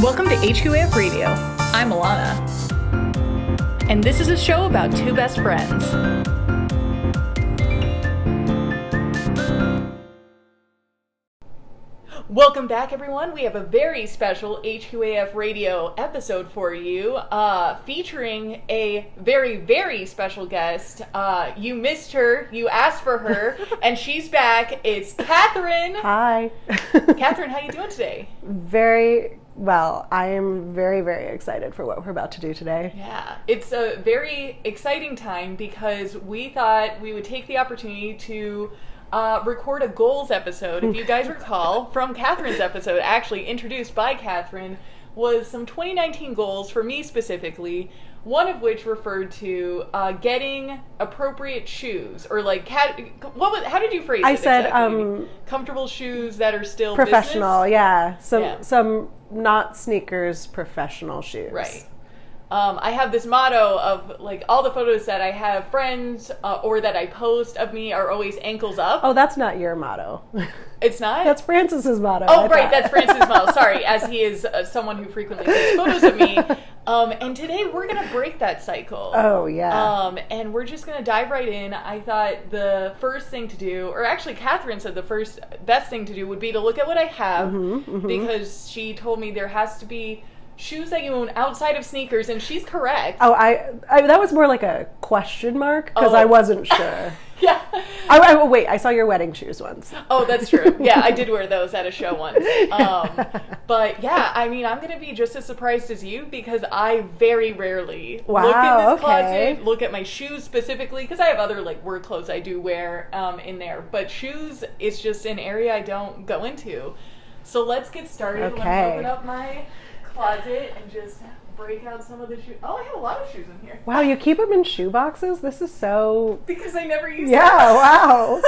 Welcome to HQAF Radio. I'm Alana. And this is a show about two best friends. Welcome back, everyone. We have a very special HQAF radio episode for you, uh, featuring a very, very special guest. Uh, you missed her, you asked for her, and she's back. It's Catherine. Hi. Catherine, how you doing today? very well. I am very, very excited for what we're about to do today. Yeah, it's a very exciting time because we thought we would take the opportunity to uh, record a goals episode. If you guys recall from Catherine's episode, actually introduced by Catherine, was some 2019 goals for me specifically. One of which referred to uh, getting appropriate shoes, or like, cat- what was? How did you phrase it? I said, exactly? um, comfortable shoes that are still business? Professional, yeah. Some Yeah. some not sneakers, professional shoes. Right. Um, I have this motto of like all the photos that I have friends uh, or that I post of me are always ankles up. Oh, that's not your motto. it's not. that's Francis's motto. oh, I right. thought. That's Francis Mel. Sorry, as he is uh, someone who frequently takes photos of me. Um, and today we're gonna break that cycle. Oh yeah. Um, and we're just gonna dive right in. I thought the first thing to do, or actually, Catherine said the first best thing to do would be to look at what I have Mm-hmm, because she told me there has to be shoes that you own outside of sneakers, and she's correct. oh, I, I that was more like a question mark because Oh. I wasn't sure. Yeah. I, I- wait. I saw your wedding shoes once. Oh, that's true. Yeah, I did wear those at a show once. Um, but yeah, I mean, I'm gonna be just as surprised as you because I very rarely look in Wow, this okay. closet, look at my shoes specifically because I have other like work clothes I do wear um, in there, but shoes is just an area I don't go into. So let's get started. Let me Okay. open up my closet and just break out some of the shoes. Oh, I have a lot of shoes in here Wow, you keep them in shoe boxes. This is so. because I never use. Yeah. Wow.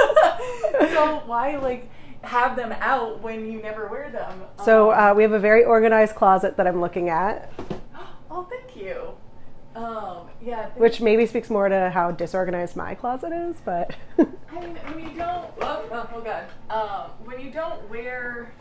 so why like have them out when you never wear them? So Um, uh, we have a very organized closet that I'm looking at, oh, thank you. Um, yeah. thank- which maybe speaks more to how disorganized my closet is. But I mean, when you don't. Oh, oh, oh God. Um, when you don't wear.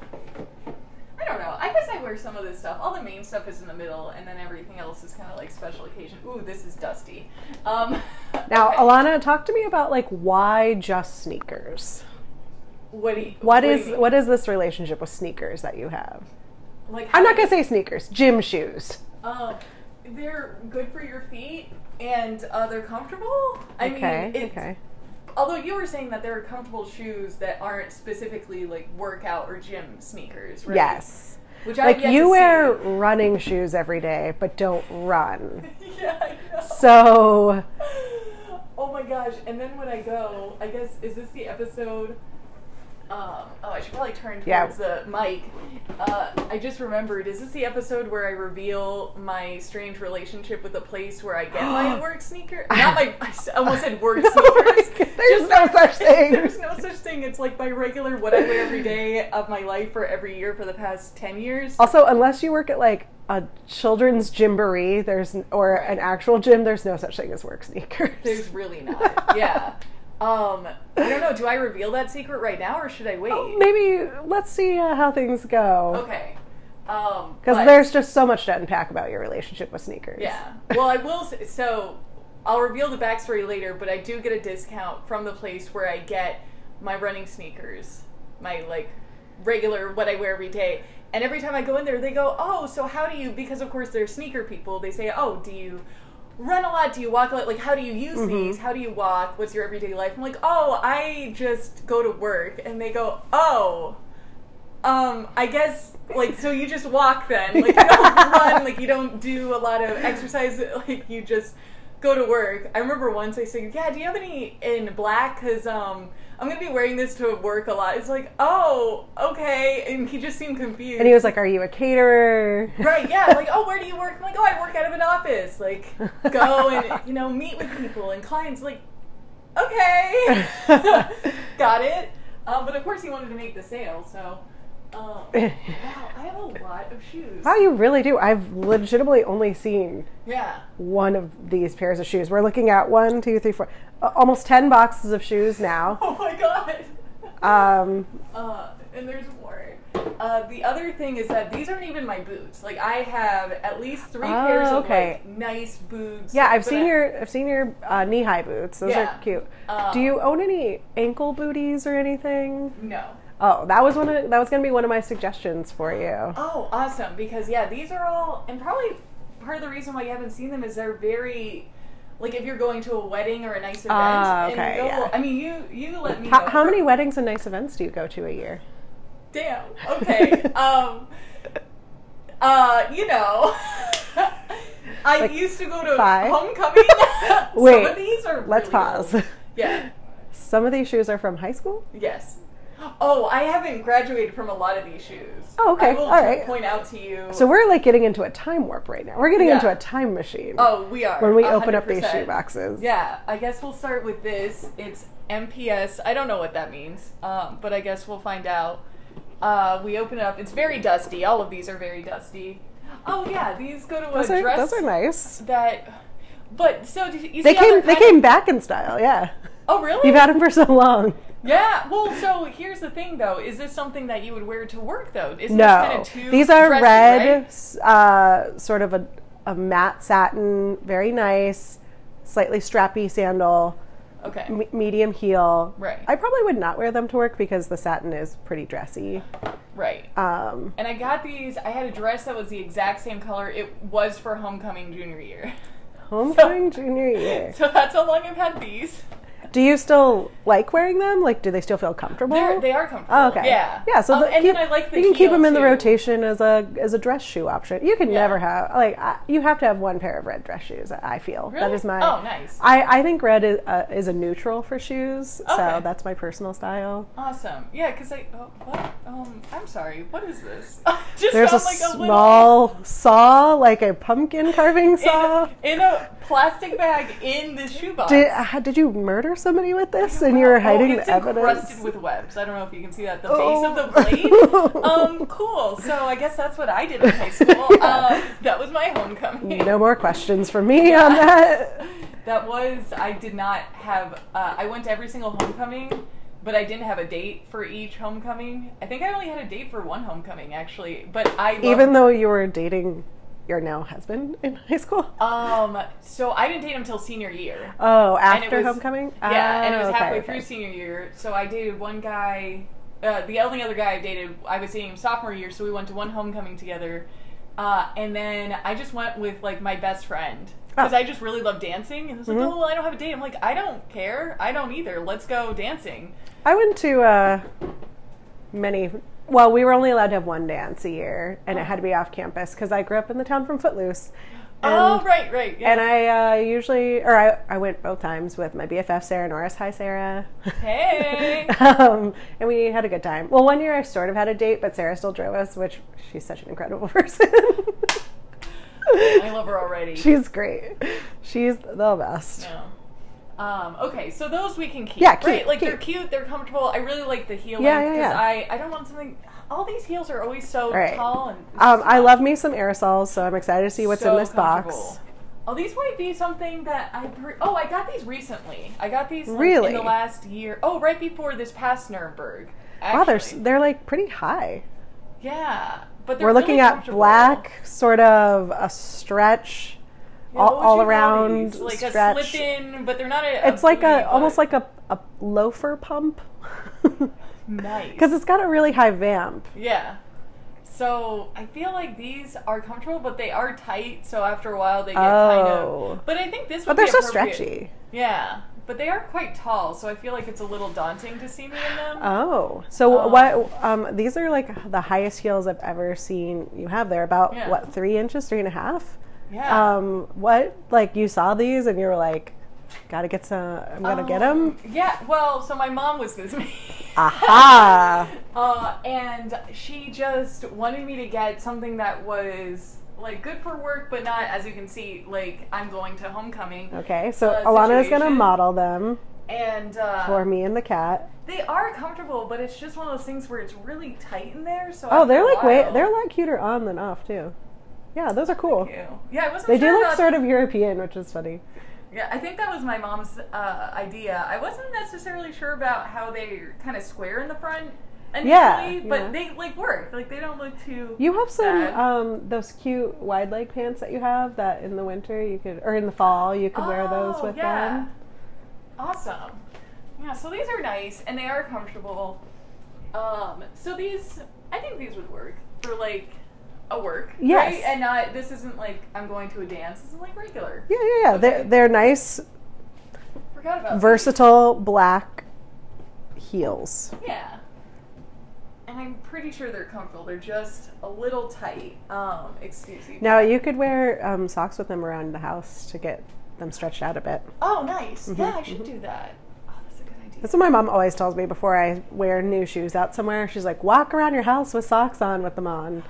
I don't know. I guess I wear some of this stuff. All the main stuff is in the middle, and then everything else is kind of like special occasion. Ooh, this is dusty. Um, now, okay. Alana, talk to me about like why just sneakers? what do you, What do you is mean? what is this relationship with sneakers that you have? like? how I'm not do you- gonna say sneakers, gym shoes. Um, they're good for your feet and uh, they're comfortable. I okay, mean, it's, okay. although you were saying that there are comfortable shoes that aren't specifically like workout or gym sneakers, right? Yes. Which I've Like yet you to wear running shoes every day, but don't run. see. yeah, I know. So Oh my gosh! And then when I go, I guess is this the episode? Um, oh, I should probably turn towards Yeah. the mic. Uh, I just remembered. Is this the episode where I reveal my strange relationship with the place where I get my work sneaker? Not my. I s- almost said work sneakers. Oh my God, there's no such thing. There's no such thing. It's like my regular what I wear every day of my life for every year for the past ten years. Also, unless you work at like a children's gymboree, there's n- or an actual gym, there's no such thing as work sneakers. There's really not. Yeah. Um, I don't know. Do I reveal that secret right now, or should I wait? Oh, Maybe let's see uh, how things go Okay. Um, because but- there's just so much to unpack about your relationship with sneakers. Yeah. Well, I will. Say, so I'll reveal the backstory later, but I do get a discount from the place where I get my running sneakers, my like regular what I wear every day. And every time I go in there, they go, "Oh, so how do you?" Because of course they're sneaker people. They say, "Oh, do you?" Run a lot? Do you walk a lot? Like, how do you use these? How do you walk? What's your everyday life? I'm like, oh, I just go to work, and they go, oh, um, I guess like so you just walk then. Like you don't run, like you don't do a lot of exercise, like you just go to work. I remember once I said, "Yeah, do you have any in black cuz um I'm going to be wearing this to work a lot." It's like, "Oh, okay." And he just seemed confused. And he was like, "Are you a caterer?" Right, yeah, like, oh, where do you work? I'm like, oh, I work out of an office. Like, go and, you know, meet with people and clients. Like, okay, got it. Um, but of course, he wanted to make the sale, so. Um, wow, I have a lot of shoes. Wow, you really do. I've legitimately only seen Yeah. one of these pairs of shoes. We're looking at one, two, three, four, a- almost ten boxes of shoes now. Oh my god. Um, Uh, and there's more. Um, Uh, the other thing is that these aren't even my boots. Like I have at least three Oh, pairs of okay. like nice boots. Yeah, I've but seen I- your I've seen your uh, knee high boots. Those Yeah. are cute. Um, Do you own any ankle booties or anything? No. Oh, that was one of that was gonna be one of my suggestions for you. Oh, awesome! Because yeah, these are all, and probably part of the reason why you haven't seen them is they're very, like if you're going to a wedding or a nice event. Ah, okay, And you'll- yeah. I mean, you you let me. How, know. how many weddings and nice events do you go to a year? Damn. Okay. um. Uh, you know, I Like used to go to five? homecoming. Some Wait, of these are. Let's really old. pause. Yeah. Some of these shoes are from high school. Yes. Oh, I haven't graduated from a lot of these shoes. Oh, okay. I will All right. point out to you. So we're like getting into a time warp right now. We're getting Yeah. into a time machine oh, we are. when we open up these 100%. shoe boxes. Yeah, I guess we'll start with this. It's MPS. I don't know what that means, um, but I guess we'll find out. Uh, we open it up. It's very dusty. All of these are very dusty. Oh yeah, these go to a those are, dress those are nice. that. But so did you, you They see how they're came they kind of- came back in style. Yeah, Oh really? you've had them for so long. yeah. Well, so here's the thing though: is this something that you would wear to work though? Is No, kind of too these are dressy, red, right? s uh, sort of a, a matte satin, very nice, slightly strappy sandal, Okay. me- medium heel. Right. I probably would not wear them to work because the satin is pretty dressy. Right. Um, And I got these. I had a dress that was the exact same color. It was for homecoming junior year. homecoming junior year. So that's how long I've had these. Do you still like wearing them? Like, do they still feel comfortable? They're, they are comfortable. Oh, okay. Yeah. Yeah. So Um, the- and keep- then I like the you can keep heel, them in the too. rotation as a as a dress shoe option. You can Yeah. never have like I, you have to have one pair of red dress shoes. I- I feel that Really? is my. Oh, nice. I, I think red is, uh, is a neutral for shoes, Okay. so that's my personal style. Awesome. Yeah, because I. Oh, what? Um, I'm sorry. What is this? I Just There's a found, like, little- small saw, like a pumpkin carving in, saw. in a plastic bag in the shoebox. Did, how, did you murder somebody with this and you were hiding oh, it's the evidence? encrusted with webs. I don't know if you can see that. The Oh. base of the blade. um, cool. So I guess that's what I did in high school. Yeah. Um, that was my homecoming. no more questions for me on that. That was I did not have. Uh, I went to every single homecoming, but I didn't have a date for each homecoming. I think I only had a date for one homecoming actually. But I loved, Even though you were dating your now husband in high school. um, so I didn't date until senior year. Oh, Uh, And it after was- homecoming? Yeah, and it Oh, was okay, halfway okay. through senior year. So I dated one guy. Uh, the only other guy I dated, I was dating him sophomore year, so we went to one homecoming together. Uh, and then I just went with like my best friend because Oh. Mm-hmm. I just really love dancing. And I was like, oh, well, I don't have a date. I'm like, I don't care. I don't either. Let's go dancing. I went to uh, many. Well, we were only allowed to have one dance a year, and it had to be off campus because I grew up in the town from Footloose. And, oh, right, right. Yeah. and I uh, usually, or I, I went both times with my BFF Sarah Norris. Hi, Sarah. Hey. um, and we had a good time. Well, one year I sort of had a date, but Sarah still drove us, which she's such an incredible person. I love her already. she's great. She's the best. No. Um, okay, so those we can keep. Yeah, keep, right? Like keep. they're cute, they're comfortable. I really like the heel Yeah, length yeah, yeah. I I don't want something. All these heels are always so Right. tall and. Um, I love me some aerosols, so I'm excited to see what's in this box. Oh, these might be something that I. Pre- oh, I got these recently. I got these like, Really? in the last year. Oh, right before this past Nuremberg. Actually. Wow, they're s- they're like pretty high. yeah, but they're We're looking really at comfortable. black, sort of a stretch, Yeah, all, what would all you call around these? like stretch. a slip in, but they're not a. it's like booty, a almost but- like a, a loafer pump nice because it's got a really high vamp. Yeah. So I feel like these are comfortable, but they are tight. So after a while, they get Oh. kind of. But I think this. But Would they're be so appropriate- stretchy. Yeah, but they are quite tall, so I feel like it's a little daunting to see me in them. Oh, so Um, what? Um, these are like the highest heels I've ever seen you have. They're about Yeah. what three inches, three and a half. yeah. Um, what like you saw these and you were like, gotta get some. I'm gonna 'em. get Oh. them. Um, Yeah. Well, so my mom was with me. Aha! Uh, and she just wanted me to get something that was like good for work, but not, as you can see, like I'm going to homecoming. Okay, so Uh, Alana is gonna situation. model them And uh, for me and the cat. They are comfortable, but it's just one of those things where it's really tight in there. So Oh, after they're a like way while- they're a lot cuter on than off too. Yeah, those are cool. Ew. Yeah, I wasn't. They sure do look about- sort of European, which is funny. Yeah, I think that was my mom's uh, idea. I wasn't necessarily sure about how they're kind of square in the front. initially, Yeah, but yeah. they like work. Like they don't look too. You have some Bad. um, those cute wide leg pants that you have that in the winter you could or in the fall you could wear those Oh, with yeah. them. Awesome. Yeah, so these are nice and they are comfortable. Um, so these, I think these would work for like a work, Yes. right? And not this isn't like I'm going to a dance. This is like regular. Yeah, yeah, yeah. They're they're nice, Forgot about these. versatile black heels. Yeah. And I'm pretty sure they're comfortable. They're just a little tight. Um, excuse me. Now you could wear um, socks with them around the house to get them stretched out a bit. Oh, nice. Yeah, I should do that. Oh, that's a good idea. Mm-hmm, That's what my mom always tells me before I wear new shoes out somewhere. She's like, "Walk around your house with socks on with them on,"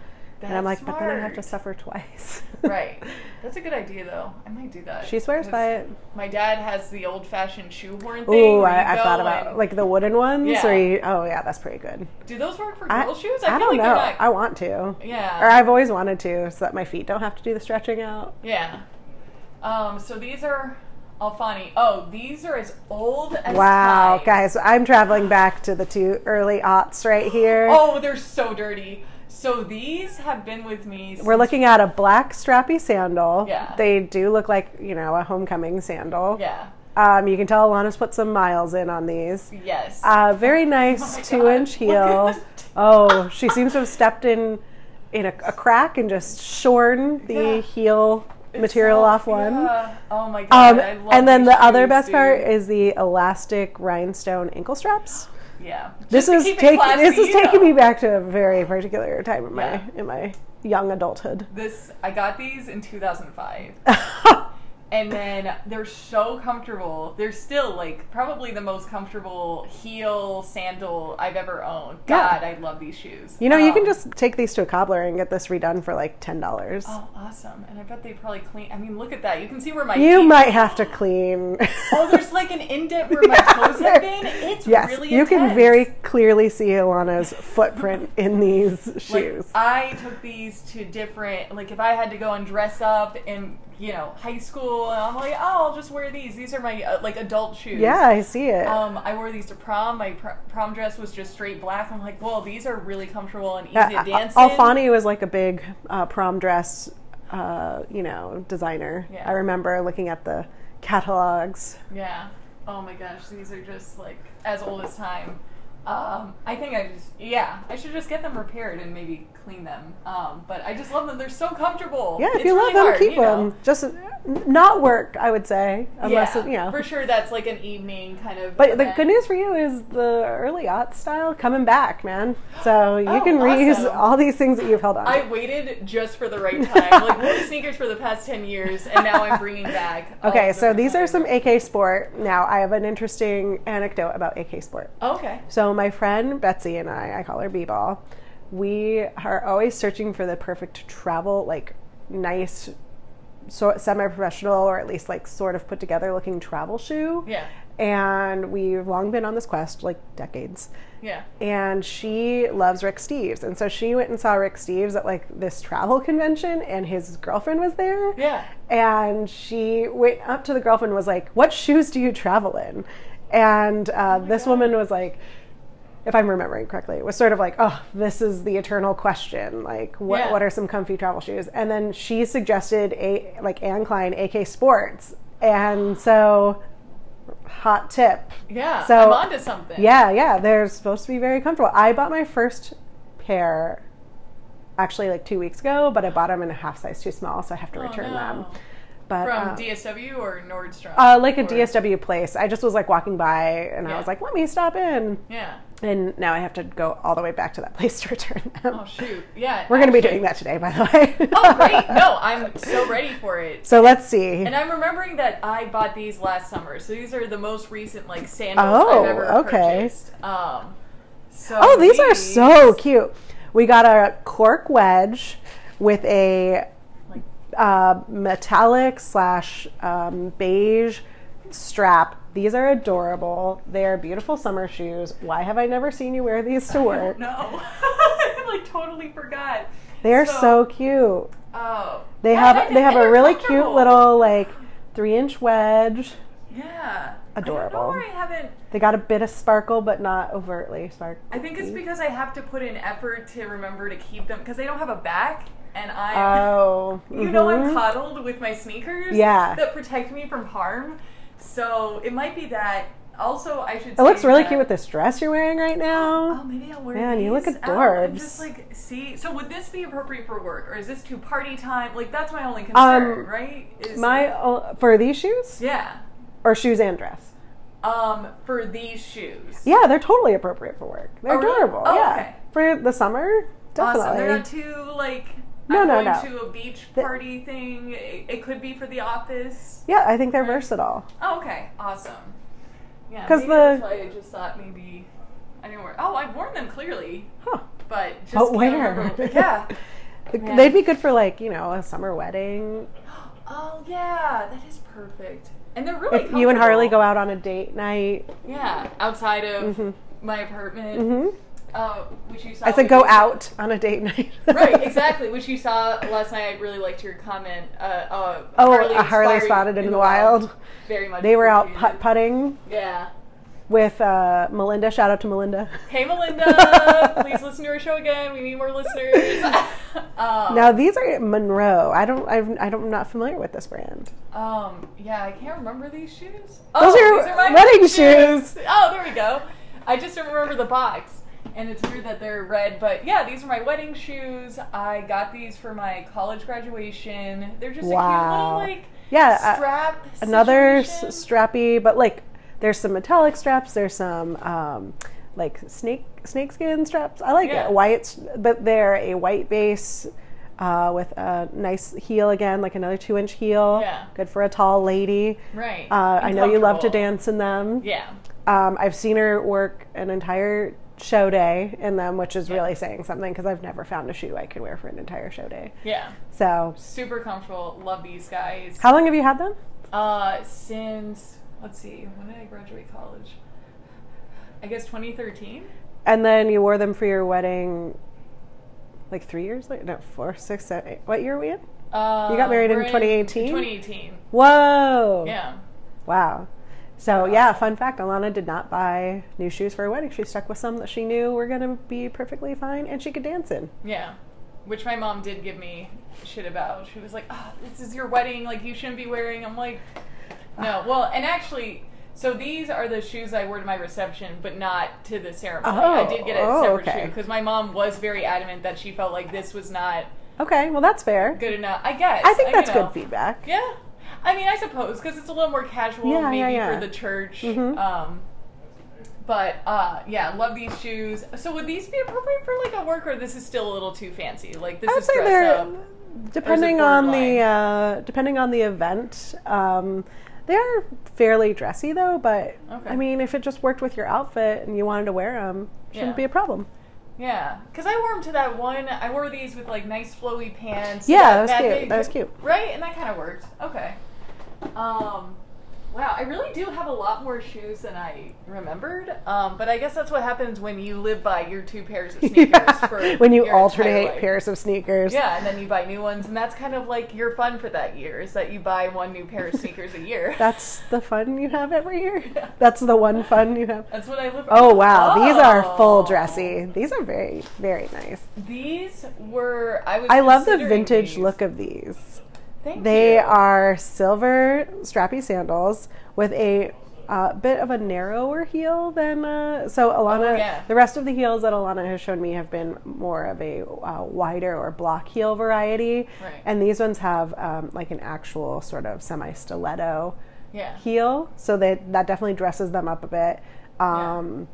and I'm like, That's "But then I have to smart. suffer twice." Right. That's a good idea, though. I might do that. She swears 'Cause by it. My dad has the old-fashioned shoehorn thing. Ooh, where you I, I go thought about and- like the wooden ones. Yeah. Or you, oh yeah, that's pretty good. Do those work for I- girl shoes? I, feel like don't know. they're I not. want to, or yeah. I've always wanted to, so that my feet don't have to do the stretching out. yeah. Um. So these are Alfani. Oh, these are as old as Wow, time. guys, I'm traveling back to the two early aughts right here. Oh, they're so dirty. So these have been with me. We're since- looking at a black strappy sandal. Yeah. They do look like, you know, a homecoming sandal. Yeah. Um, you can tell Alana's put some miles in on these. Yes. Uh, very nice Oh my two God. inch Look at heel. the- Oh, she seems to have stepped in in a, a crack and just shorn the Yeah. heel material So- off one. yeah. Oh my god. Um, I love and then these the other shoes, best part dude. is the elastic rhinestone ankle straps. yeah. This Just to keep is it taking classy, this is you taking know. me back to a very particular time in my Yeah. in my young adulthood. This I got these in 2005. And then they're so comfortable. They're still like probably the most comfortable heel sandal I've ever owned. Yeah. God, I love these shoes. you know, you can Um, just take these to a cobbler and get this redone for like ten dollars. Oh, awesome. And I bet they probably clean. I mean, look at that. You can see where my you feet- might have to clean. Oh, there's like an indent where my toes have been. It's yes, really you can intense. very clearly see Alana's footprint in these Like, oh, shoes. I took these to different. Like if I had to go and dress up in you know high school, and I'm like, oh, I'll just wear these. These are my uh, like adult shoes. yeah, I see it. Um, I wore these to prom. My pr- prom dress was just straight black. I'm like, well, these are really comfortable and easy Yeah, to dance Uh, Al- in. Alfani was like a big uh, prom dress, uh, you know, designer. Yeah. I remember looking at the catalogs. Yeah. Oh my gosh, these are just like as old as time. Um, I think I just yeah, I should just get them repaired and maybe clean them. Um, but I just love them. They're so comfortable. Yeah, if It's you really love them, hard, keep you know. them. Just not work, I would say, unless yeah, it, you know. for sure that's like an evening kind of. But the event. good news for you is the early aught style coming back, man. So you Oh, can reuse awesome. all these things that you've held on. I to. waited just for the right time. like wore sneakers for the past ten years, and now I'm bringing back. all Okay, of the so these are time. some AK Sport. Now, I have an interesting anecdote about AK Sport. Okay. So my friend Betsy and I, I call her B-ball. We are always searching for the perfect travel, like nice, so, semi-professional or at least like sort of put together looking travel shoe. Yeah. And we've long been on this quest, like decades. Yeah. And she loves Rick Steves, and so she went and saw Rick Steves at like this travel convention, and his girlfriend was there. Yeah. And she went up to the girlfriend and was like, "What shoes do you travel in?" And Oh uh, this woman was like, if I'm remembering correctly, it was sort of like, "Oh, this is the eternal question. Like, what Yeah. what are some comfy travel shoes?" And then she suggested a like Anne Klein AK Sports, and so hot tip. Yeah. So- I'm onto something. Yeah, yeah, they're supposed to be very comfortable. I bought my first pair actually like two weeks ago, but I bought them in a half size too small, so I have to Oh, return no. them. But From um, DSW or Nordstrom? uh, like a Or- DSW place. I just was like walking by and I Yeah. was like, let me stop in. Yeah. And now I have to go all the way back to that place to return them. Oh shoot. Yeah. We're going to be actually- doing that today, by the way. Oh great. No, I'm so ready for it. So let's see. And I'm remembering that I bought these last summer, so these are the most recent like sandals Oh, I've ever okay. purchased. Um, so Oh, these are so cute. We got a cork wedge with a Like- uh, metallic slash um, beige strap. These are adorable. They are beautiful summer shoes. Why have I never seen you wear these to work? No, I like totally forgot. They are so cute. Oh, They Yeah, have they have a they're really cute comfortable. little like three inch wedge. yeah Adorable. I don't know why I haven't They got a bit of sparkle, but not overtly sparkle. I think it's because I have to put in effort to remember to keep them because they don't have a back, and I, Oh, you know, I'm mhm. coddled with my sneakers. Yeah. that protect me from harm. So it might be that. Also, I should. It looks really cute with the. this dress you're wearing right now. Oh, maybe I'll wear. Man, you look these out and adorbs. Just like see. So would this be appropriate for work, or is this too party time? Like that's my only concern, Um, right? Is My uh, for these shoes yeah. or shoes and dress. Um, for these shoes. Yeah, they're totally appropriate for work. They're Oh, really? adorable. Oh, yeah, okay. for the summer, definitely. Awesome. They're not too like. No, I'm no, going no. to a beach The- party thing. It, it could be for the office. yeah, I think they're versatile. Oh, okay. Awesome. Yeah. 'Cause maybe that's the- why I just thought maybe I didn't wear. Oh, I've worn them clearly, Huh? but just But can't Oh, where? remember- Yeah. Yeah. They'd be good for like you know a summer wedding. Oh yeah, that is perfect. And they're really. If you and Harley comfortable. go out on a date night. Yeah, outside of Mhm. my apartment, hmm uh, which you saw. I said go out on a date night. Right, exactly. Which you saw last night. I really liked your comment. Uh, uh, oh, a Harley inspired spotted in the wild. Very much. They were out putt appreciated. putting Yeah. with uh, Melinda. Shout out to Melinda. Hey, Melinda. please listen to our show again. We need more listeners. um, Now these are Monroe. I don't. I've, I don't. I'm not familiar with this brand. um, yeah, I can't remember these shoes. Oh, Those are these my wedding shoes. Oh, there we go. I just don't remember the box. And it's weird that they're red, but yeah, these are my wedding shoes. I got these for my college graduation. They're just Wow. a cute little like Yeah, uh, strap. Another s- situation. strappy, but like there's some metallic straps. There's some um, like snake snakeskin straps. I like Yeah. it. White, s- but they're a white base uh, with a nice heel again, like another two inch heel. Yeah. good for a tall lady. right. Uh, I know you love to Uncomfortable. dance in them. Yeah. Um, I've seen her work an entire show day in them, which is really saying something because I've never found a shoe I could wear for an entire show day. Yeah. So, Super comfortable. Love these guys. how long have you had them? Uh, since let's see, when did I graduate college? I guess 2013. And then you wore them for your wedding like three years later? No, four, six, seven, eight. What year are we in? Uh, You got married in we're 2018? 2018. Whoa. Yeah. Wow. So, yeah, fun fact Alana did not buy new shoes for her wedding. She stuck with some that she knew were going to be perfectly fine and she could dance in. Yeah. Which my mom did give me shit about. She was like, "Oh, this is your wedding. Like you shouldn't be wearing." I'm like, Ah. "No." Well, and actually, so these are the shoes I wore to my reception, but not to the ceremony. I did get a Oh, oh, separate okay. shoe because my mom was very adamant that she felt like this was not Okay, well, that's fair. good enough. I guess. I think you that's know. good feedback. Yeah. I mean, I suppose because it's a little more casual, Yeah, maybe yeah, yeah. for the church. Mhm. Um, but uh, yeah, love these shoes. So would these be appropriate for like a work, or this is still a little too fancy? Like this I would is say dress they're up. depending on the uh, depending on the event. Um, they are fairly dressy though, but Okay. I mean, if it just worked with your outfit and you wanted to wear them, shouldn't Yeah. be a problem. Yeah, because I wore them to that one. I wore these with like nice flowy pants. Yeah, that was cute. big- That was cute. Right, and that kind of worked. Okay. Um, wow, I really do have a lot more shoes than I remembered. Um, but I guess that's what happens when you live by your two pairs of sneakers. for when you your entire alternate life. pairs of sneakers, Yeah, and then you buy new ones, and that's kind of like your fun for that year is that you buy one new pair of sneakers a year. that's the fun you have every year. Yeah. That's the one fun you have. That's what I live. Oh wow, these are full Oh. dressy. These are very very nice. These were I was. I love the considering vintage these. look of these. Thank They you. are silver strappy sandals with a uh, bit of a narrower heel than uh, so Alana. Oh, yeah. The rest of the heels that Alana has shown me have been more of a uh, wider or block heel variety, Right. and these ones have um, like an actual sort of semi stiletto Yeah. heel, so that that definitely dresses them up a bit. Um,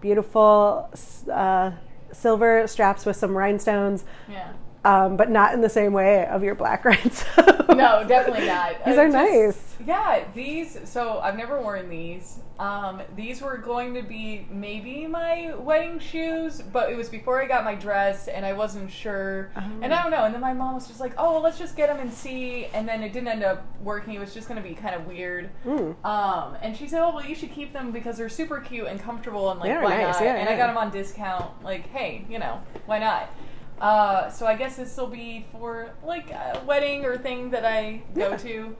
Beautiful s- uh, silver straps with some rhinestones Yeah. um, but not in the same way of your black rhinestones. No, definitely not. These I are just- nice. Yeah, these. So I've never worn these. Um, these were going to be maybe my wedding shoes, but it was before I got my dress, and I wasn't sure. Uh-huh. And I don't know. And then my mom was just like, "Oh, well, let's just get them and see." And then it didn't end up working. It was just going to be kind of weird. Hmm. Um, and she said, "Oh, well, you should keep them because they're super cute and comfortable, and like, They are why nice, not?" yeah, and I yeah. got them on discount. Like, hey, you know, why not? Uh, so I guess this will be for like a wedding or thing that I go Yeah. to.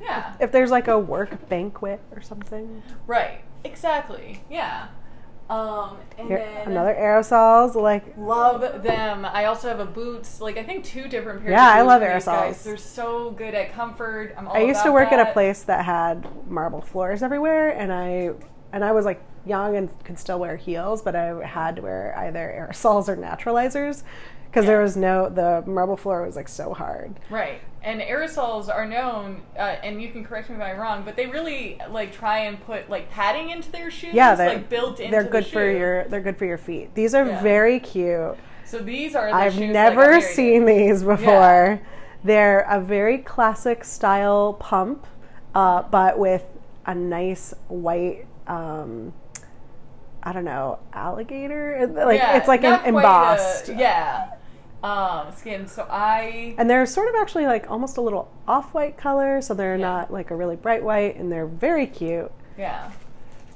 Yeah, If there's like a work banquet or something, right. Exactly. Yeah. Um, and Here- then another aerosols, like love them. I also have a boots. Like I think two different pairs. Yeah, of I boots love from these aerosols. Guys. They're so good at comfort. I'm all I used to about work at a that. place that had marble floors everywhere, and I and I was like young and could still wear heels, but I had to wear either aerosols or naturalizers because there Yeah. was no the marble floor was like so hard. Right. And aerosols are known, uh, and you can correct me if I'm wrong, but they really like try and put like padding into their shoes. Yeah, they're like built into. They're the good for shoe. your they're good for your feet. These are Yeah. very cute. So these are. The I've shoes that got never married. seen these before. They're a very classic style pump, uh, but with a nice white. Um, I don't know, alligator. Like Yeah, it's like em- not quite a- embossed, yeah. Um, skin. So I. and they're sort of actually like almost a little off-white color, so they're Yeah. not like a really bright white, and they're very cute. Yeah.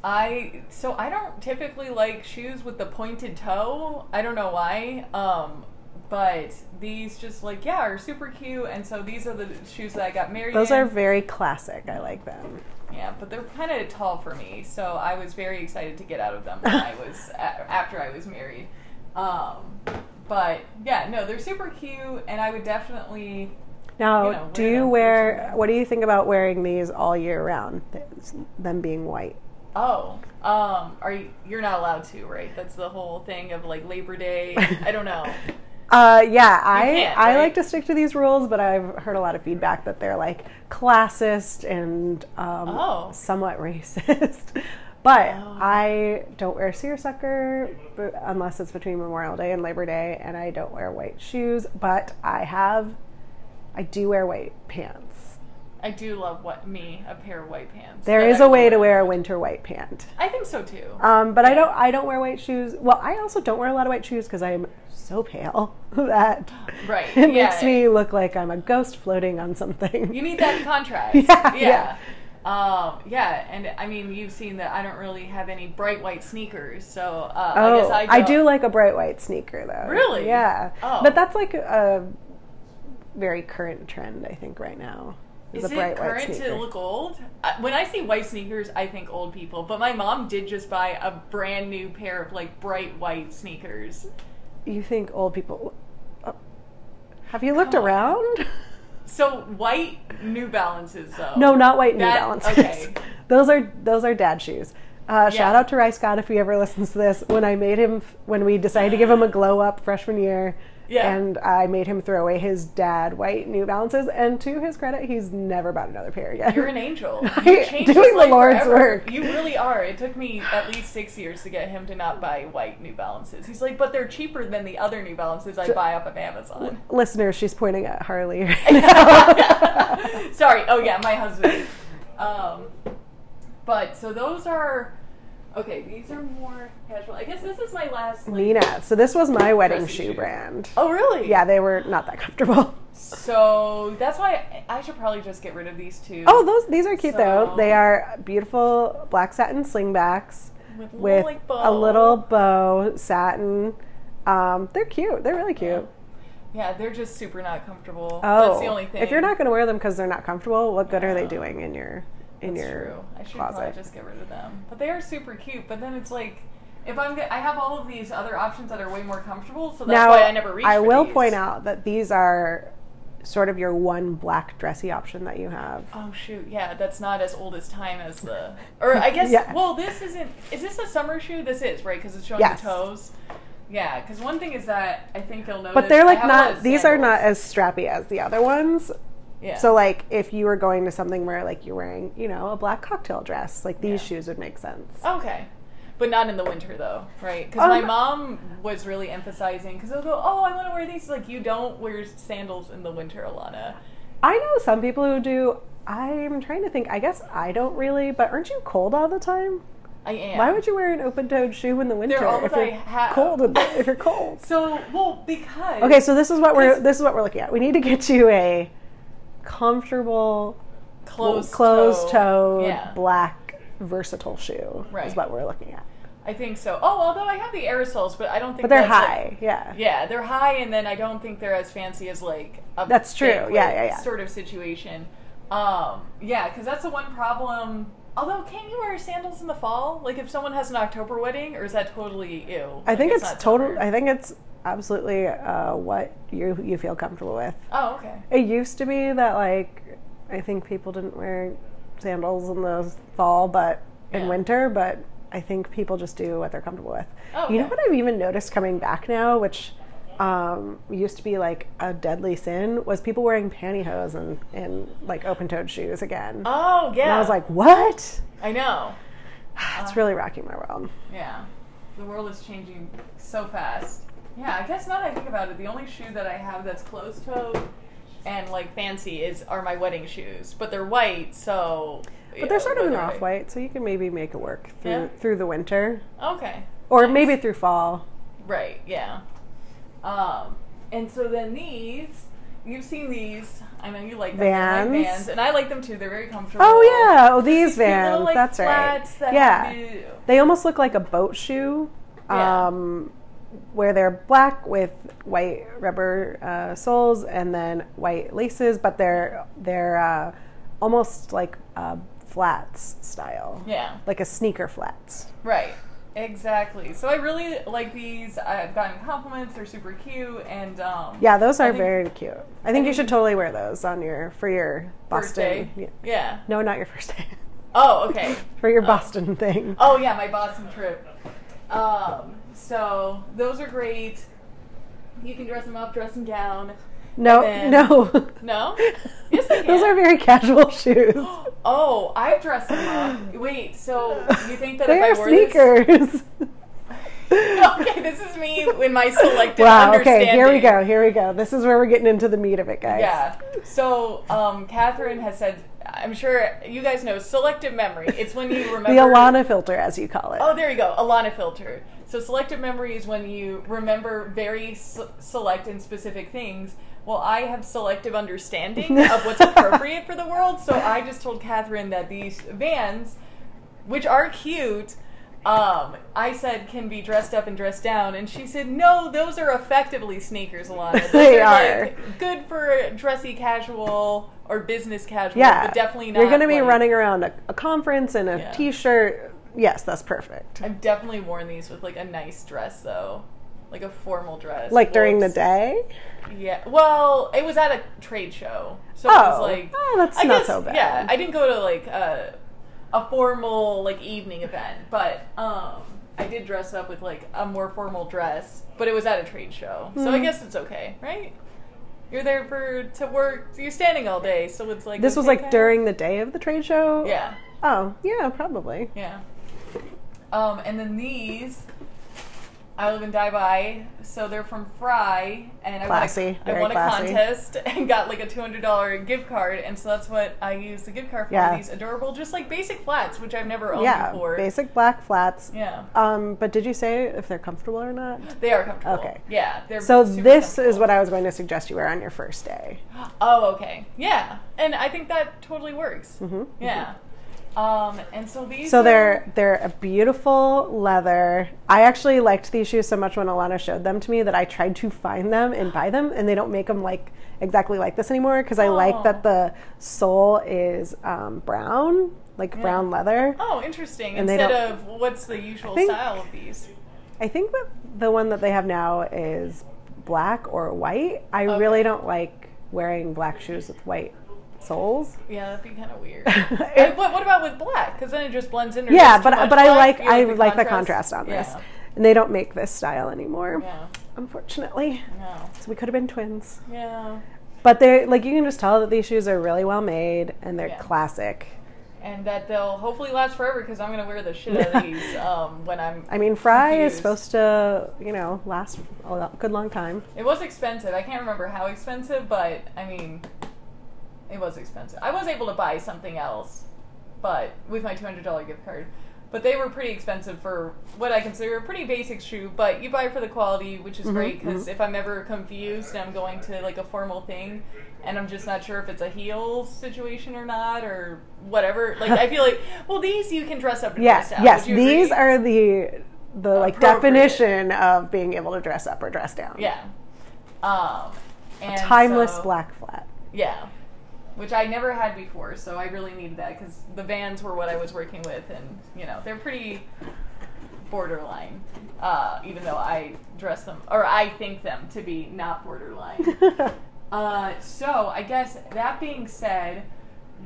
I so I don't typically like shoes with the pointed toe. I don't know why. Um but these just like yeah are super cute and so these are the shoes that I got married Those in. are very classic. I like them. yeah but they're kind of tall for me so I was very excited to get out of them when I was a- after I was married um but yeah no they're super cute and I would definitely Now, You know, do wear them you for wear? something. What do you think about wearing these all year round? Them being white. Oh, um, are you, you're not allowed to, right? That's the whole thing of like Labor Day. I don't know. Uh, yeah, I can't, I right? like to stick to these rules, but I've heard a lot of feedback that they're like classist and um, Oh. somewhat racist. but Oh. I don't wear seersucker b- unless it's between Memorial Day and Labor Day, and I don't wear white shoes. But I have, I do wear white pants. I do love what me a pair of white pants. There that is I a way wear. to wear a winter white pant. I think so too. Um, but I don't. I don't wear white shoes. Well, I also don't wear a lot of white shoes because I am so pale that Right, it yeah. makes me look like I'm a ghost floating on something. you need that contrast. Yeah, yeah. Um, yeah, and I mean, you've seen that I don't really have any bright white sneakers, so uh, I Oh, guess I, I, don't- do like a bright white sneaker though. Really? Yeah. Oh. But that's like a very current trend, I think, right now. Is a it bright white current sneaker. to look old? I- When I see white sneakers, I think old people. But my mom did just buy a brand new pair of like bright white sneakers. you think old people? oh. Have you looked Come on. around? So white New Balances though. No, not white New That- Balances. okay. those are those are dad shoes. Uh, Shout Yeah. out to Rice Scott if he ever listens to this. When I made him, when we decided to give him a glow up freshman year, Yeah. and I made him throw away his dad white New Balances, and to his credit, he's never bought another pair yet. You're an angel. I- You changed doing his the life Lord's forever. work. You really are. It took me at least six years to get him to not buy white New Balances. He's like, but they're cheaper than the other New Balances I buy off of Amazon. Listener, she's pointing at Harley. right now. Sorry. Oh yeah, my husband. Um, but so those are okay. These are more casual. I guess this is my last. Like, Nina. So this was my wedding Dressy shoe shoe. brand. oh really? Yeah, they were not that comfortable. So that's why I I should probably just get rid of these two. Oh, those these are cute though. So- They are beautiful black satin slingbacks With little, with like, a bow. little bow satin. Um, they're cute. They're really cute. Yeah. Yeah, they're just super not comfortable. Oh, that's the only thing. If you're not going to wear them because they're not comfortable, what good are they Yeah. doing in your in That's your true. I should closet? probably just get rid of them. But they are super cute. But then it's like, if I'm, go- I have all of these other options that are way more comfortable. So that's now why I never reach. I for will these. point out that these are sort of your one black dressy option that you have. Oh shoot! Yeah, that's not as old as time as the. Or I guess. Yeah. Well, this isn't. Is this a summer shoe? This is right because it's showing Yes. the toes. Yeah, because one thing is that I think you'll notice. But they're I like have a lot not of these are not sandals. as strappy as the other ones. Yeah. So like if you were going to something where like you're wearing, you know, a black cocktail dress, like these Yeah. shoes would make sense. Okay. But not in the winter, though, right? Because Um, my mom was really emphasizing, because they'll go, oh, I want to wear these. Like, you don't wear sandals in the winter, Alana. I know some people who do. I'm trying to think. I guess I don't really, but aren't you cold all the time? I am. Why would you wear an open-toed shoe in the winter all if that I you're have. cold? and- If you're cold. So, well, because. Okay, so this is what we're 'Cause- this is what we're looking at. We need to get you a comfortable closed, closed-toed toe. Yeah. black versatile shoe is Right. what we're looking at. I think so. Oh, although I have the aerosols, but I don't think But they're that's, like- high. yeah. yeah, they're high, and then I don't think they're as fancy as like a That's true. banquet Yeah, yeah, yeah. sort of situation. Um, yeah, because that's the one problem Although, can you wear sandals in the fall? Like, if someone has an October wedding, or is that totally ew? I think Like, it's not total. summer? I think it's absolutely uh, what you you feel comfortable with. Oh, okay. It used to be that like I think people didn't wear sandals in the fall, but in Yeah. winter, but I think people just do what they're comfortable with. Oh, You know okay. what I've even noticed coming back now, which um, used to be like a deadly sin, was people wearing pantyhose and, and like open-toed shoes again. Oh, yeah. Uh, And I was like, what? I know. It's really rocking my world. Yeah. The world is changing so fast. Yeah, I guess now that I think about it, the only shoe that I have that's closed toed and like fancy is are my wedding shoes, but they're white, so. But they're sort of an off-white, so you can maybe make it work through Yeah. through the winter Okay. or Nice. maybe through fall. Right. Yeah. Um, and so then these, you've seen these. I know you like them. They're like Vans. vans, and I like them too. They're very comfortable. Oh yeah, oh Just these these cute little, vans. like, That's right. flats that yeah, do- they almost look like a boat shoe, Yeah. um, where they're black with white rubber uh, soles and then white laces, but they're they're uh, almost like uh, flats style, Yeah. like a sneaker flats. Right. Exactly. So I really like these. I've gotten compliments. They're super cute, and um, Yeah, those I are think very cute. I think you should totally wear those on your for your first Boston. day. yeah. Yeah. No, not your first day. Oh, okay. for your Boston thing. Oh yeah, my Boston trip. Um, so those are great. You can dress them up, dress them down. no, then- no. No? Oh, Yes, I Those can. are very casual shoes. Oh, I've dressed them up. Wait, so you think that they if are I wore this- sneakers. Okay, this is me in my selective Wow. understanding. Okay. Here we go. Here we go. This is where we're getting into the meat of it, guys. Yeah. So, um, Catherine has said, I'm sure you guys know selective memory. It's when you remember. The Alana filter, as you call it. Oh, there you go. Alana filter. So selective memory is when you remember very s select and specific things. Well, I have selective understanding of what's appropriate for the world. So I just told Catherine that these vans, which are cute, um, I said can be dressed up and dressed down, and she said no, those are effectively sneakers, Alana. Those They like, good for dressy casual or business casual, yeah. but definitely not. You're going to be like- running around a, a conference in a Yeah. shirt Yes, that's perfect. I've definitely worn these with like a nice dress though. Like a formal dress. Like during the Wolves. day. Yeah. Well, it was at a trade show. So it was Oh. like Oh, that's I not guess, so bad. Yeah. I didn't go to like a a formal like evening event, but um I did dress up with like a more formal dress, but it was at a trade show. So Hmm. I guess it's okay, right? You're there for to work. You're standing all day, so it's like This was okay, like kinda? during the day of the trade show. Yeah. Oh, yeah, probably. Yeah. Um, and then these, I live and die by. So they're from Fry, and I Classy, won a, I very won a classy. contest and got like a two hundred dollar gift card, and so that's what I use the gift card for. Yeah. These adorable, just like basic flats, which I've never owned yeah. before. Basic black flats. Yeah, Um, but did you say if they're comfortable or not? they are comfortable. Okay. Yeah, they're So super this comfortable. is what I was going to suggest you wear on your first day. Oh, okay. Yeah, and I think that totally works. Yeah. Um, and so these. Mm-hmm. So are- they're they're a beautiful leather. I actually liked these shoes so much when Alana showed them to me that I tried to find them and buy them, and they don't make them like exactly like this anymore because I Oh. like that the sole is um, brown, like brown leather. Oh, interesting. And they Instead don't- of what's the usual think- style of these? I think that the one that they have now is black or white. I really don't like wearing black shoes with white soles. Yeah, that'd be kind of weird. I, what, what about with black? Because then it just blends in. or yeah, just too but much but I black. like You I like the contrast on Yeah. this, and they don't make this style anymore, Yeah. unfortunately. No. So we could have been twins, Yeah. but they're like you can just tell that these shoes are really well made and they're Yeah. classic. And that they'll hopefully last forever because I'm gonna wear the shit out of these um, when I'm. I mean, Fry Confused. is supposed to you know last a lo- good long time. It was expensive. I can't remember how expensive, but I mean, it was expensive. I was able to buy something else, but with my two hundred dollar gift card. But they were pretty expensive for what I consider a pretty basic shoe. But you buy for the quality, which Mm-hmm, is great 'cause great because if I'm ever confused and I'm going to like a formal thing, and I'm just not sure if it's a heel situation or not or whatever. Like I feel like, well, these you can dress up and Yes, dress down. yes, Would you these agree? are the the like Appropriate. definition of being able to dress up or dress down. yeah. Um, and timeless so- black flat. Yeah. which I never had before, so I really needed that because the Vans were what I was working with, and you know they're pretty borderline. Uh, even though I dress them, or I think them to be not borderline. uh, so I guess that being said,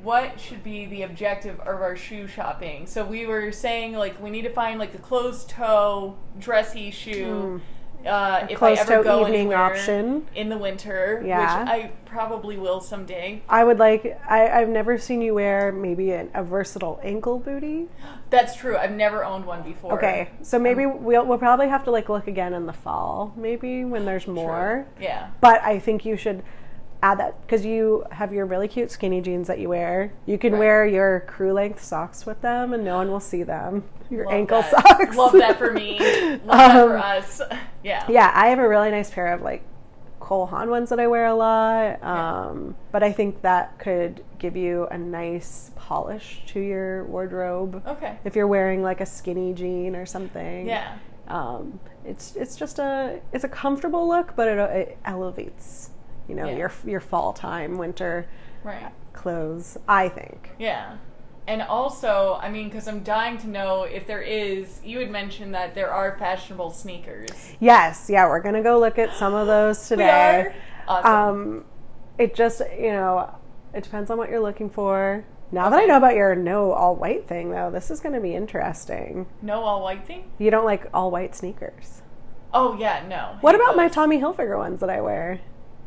what should be the objective of our shoe shopping? So we were saying like we need to find like a closed toe dressy shoe. Uh, if I closed ever toe go Hmm. evening anywhere option. in the winter, Yeah. which I probably will someday. I would like. I, I've never seen you wear maybe an, a versatile ankle booty. That's true. I've never owned one before. Okay, so maybe Um, we'll we'll probably have to like look again in the fall, maybe when there's more. Yeah. But I think you should add that because you have your really cute skinny jeans that you wear. You can Right. wear your crew length socks with them, and no one will see them. Your Love ankle that. socks. Love that for me. Love that for Um, us. Yeah. yeah, I have a really nice pair of like Cole Haan ones that I wear a lot. Um, But I think that could give you a nice polish to your wardrobe. Okay. If you're wearing like a skinny jean or something, Yeah. um, it's it's just a it's a comfortable look, but it, it elevates, you know, Yeah. your your fall time winter Right. clothes. I think. Yeah. And also, I mean, because I'm dying to know if there is, you had mentioned that there are fashionable sneakers. Yes, yeah, we're gonna go look at some of those We today. are? Awesome. Um, it just you know, it depends on what you're looking for. Now that I know about your no all white thing, though, this is gonna be interesting. no all white thing? You don't like all white sneakers. Oh, yeah, no. What Hate about my those. Tommy Hilfiger ones that I wear?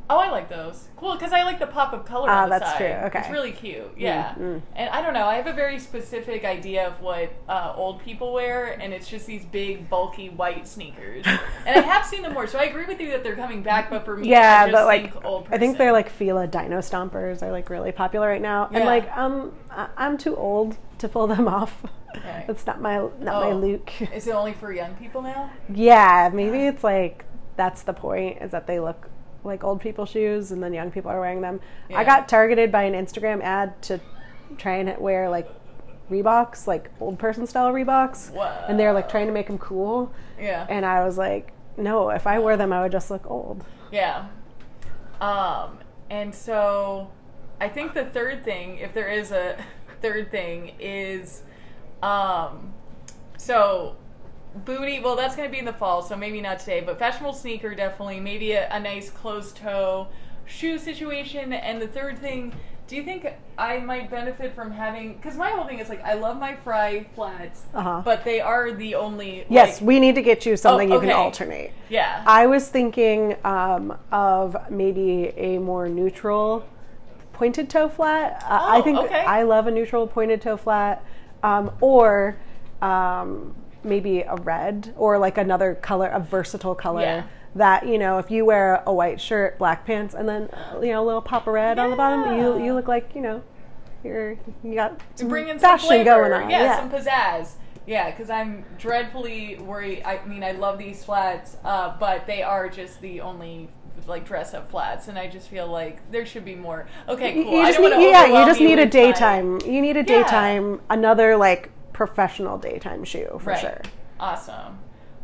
Oh, I like those. Cool, because I like the pop of color. Ah, on the that's side. true. Okay. it's really cute. Yeah, mm. and I don't know. I have a very specific idea of what uh, old people wear, and it's just these big, bulky white sneakers. and I have seen them more, so I agree with you that they're coming back. But for me, I Yeah, just but like think old. Person. I think they're like Fila Dino Stompers are like really popular right now, and Yeah. like um I- I'm too old to pull them off. Right. That's not my not my Oh. Luke. Is it only for young people now? Yeah, maybe it's like that's the point is that they look like old people shoes and then young people are wearing them. Yeah. I got targeted by an Instagram ad to try and wear like Reeboks, like old person style Reeboks. Whoa. And they're like trying to make them cool. Yeah. And I was like, no, if I wore them, I would just look old. Yeah. Um, and so I think the third thing, if there is a third thing, is um, so booty. Well, that's going to be in the fall, so maybe not today, but fashionable sneaker definitely. Maybe a, a nice closed toe shoe situation. And the third thing, do you think I might benefit from having? Because my whole thing is like, I love my fry flats, Uh-huh. but they are the only. Yes, like- Oh, we need to get you something you okay. can alternate. yeah. I was thinking um, of maybe a more neutral pointed toe flat. Uh, I Oh, think okay. I love a neutral pointed toe flat, um, or um, maybe a red or like another color, a versatile color. Yeah. That you know, if you wear a white shirt, black pants, and then uh, you know a little pop of red on the bottom, you Yeah. you look like you know, you're you got some bring in some fashion flavor. going on. Yeah, some pizzazz. Yeah, because I'm dreadfully worried. I mean, I love these flats, uh, but they are just the only like dress up flats, and I just feel like there should be more. Okay, You- cool. You I just don't need, wanna yeah, you overwhelm just you need a with my- daytime. You need a Yeah. daytime, another like professional daytime shoe for Right. sure. Awesome.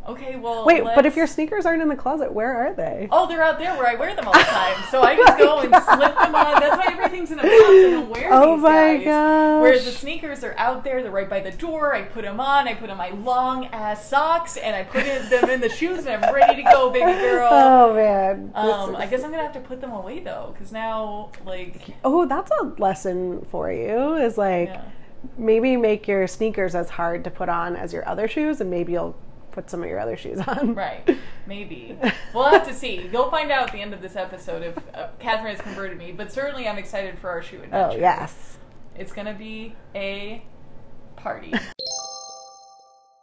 Okay, well. Wait, but if let's- your sneakers aren't in the closet, where are they? Oh, they're out there where I wear them all the time. So I just go and slip them on. That's why everything's in a box. I don't wear Oh these my guys. gosh. Whereas the sneakers are out there. They're right by the door. I put them on. I put on my long ass socks and I put in- them in the shoes and I'm ready to go, baby girl. Oh man. um, This I is- guess I'm gonna have to put them away though, because now like oh, that's a lesson for you. Is like yeah. maybe make your sneakers as hard to put on as your other shoes, and maybe you'll put some of your other shoes on. Right. Maybe. We'll have to see. You'll find out at the end of this episode if uh, Catherine has converted me. But certainly, I'm excited for our shoe Oh adventure. yes. It's gonna be a party.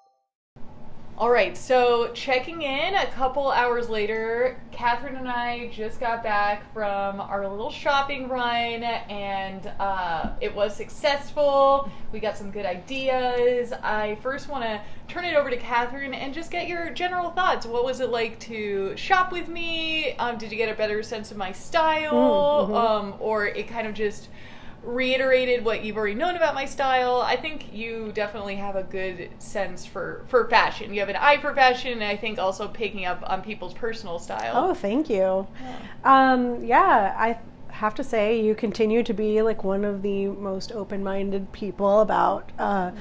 All right, so checking in a couple hours later, Catherine and I just got back from our little shopping run, and uh, it was successful. We got some good ideas. I first want to turn it over to Catherine and just get your general thoughts. What was it like to shop with me? Um, did you get a better sense of my style, um, or it kind of just reiterated what you've already known about my style. I think you definitely have a good sense for for fashion. You have an eye for fashion, and I think also picking up on people's personal style. Oh, thank you. Um, yeah, I have to say you continue to be like one of the most open-minded people about uh,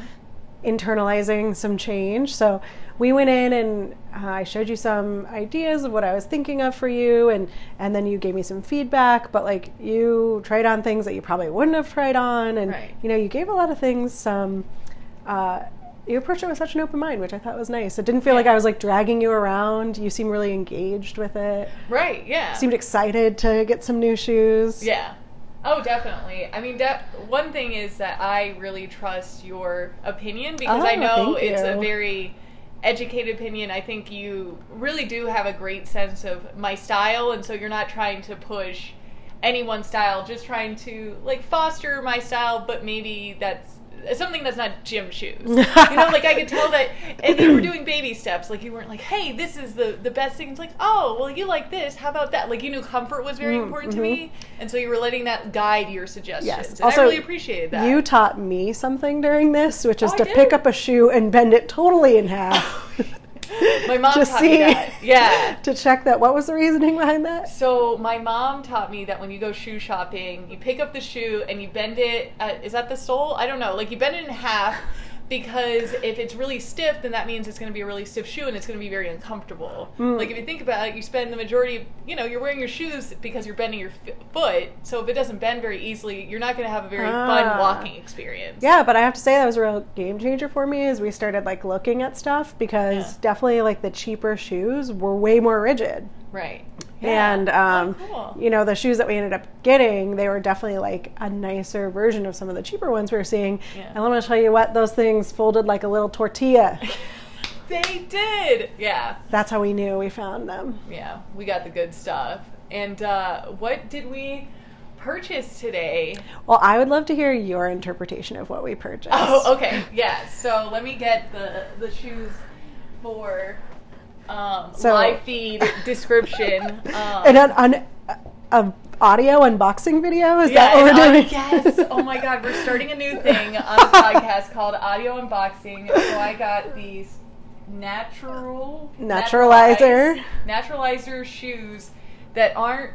internalizing some change. So we went in and uh, I showed you some ideas of what I was thinking of for you, and and then you gave me some feedback. But like you tried on things that you probably wouldn't have tried on, and Right. you know you gave a lot of things some. Uh, you approached it with such an open mind, which I thought was nice. It didn't feel like Yeah. I was like dragging you around. You seemed really engaged with it. Right, yeah. Seemed excited to get some new shoes. Yeah. Oh, definitely. I mean, de- one thing is that I really trust your opinion because I Oh, know thank it's a you. very educated opinion. I think you really do have a great sense of my style, and so you're not trying to push anyone's style, just trying to like foster my style, but maybe that's something that's not gym shoes. you know, like I could tell that and you were doing baby steps. Like you weren't like, hey, this is the the best thing. It's like, oh, well, you like this. How about that? Like you knew comfort was very Mm, important mhm. to me, and so you were letting that guide your suggestions. Yes. And Also, I really appreciated that. You taught me something during this, which is Oh, I to did? pick up a shoe and bend it totally in half. My mom To taught me that. Yeah. To check that. What was the reasoning behind that? so my mom taught me that when you go shoe shopping, you pick up the shoe and you bend it. Uh, is that the sole? I don't know. Like you bend it in half because if it's really stiff, then that means it's going to be a really stiff shoe and it's going to be very uncomfortable. Hmm. Like if you think about it, you spend the majority, of, you know, you're wearing your shoes because you're bending your f- foot. So if it doesn't bend very easily, you're not going to have a very Ah. fun walking experience. Yeah, but I have to say that was a real game changer for me as we started like looking at stuff because Yeah. definitely like the cheaper shoes were way more rigid. Right. And um, Oh, cool. you know, the shoes that we ended up getting, they were definitely like a nicer version of some of the cheaper ones we were seeing. Yeah. And I'm gonna tell you what, those things folded like a little tortilla. They did. Yeah. That's how we knew we found them. Yeah. We got the good stuff. And uh, what did we purchase today? Well, I would love to hear your interpretation of what we purchased. Oh, okay. Yeah. So let me get the the shoes for um, So- live feed description. Um, and an, an a audio unboxing video? Is yeah, that what and we're I- doing? yes. Oh my God, we're starting a new thing on the podcast called Audio Unboxing. So I got these natural Naturalizer. naturalize- naturalizer shoes that aren't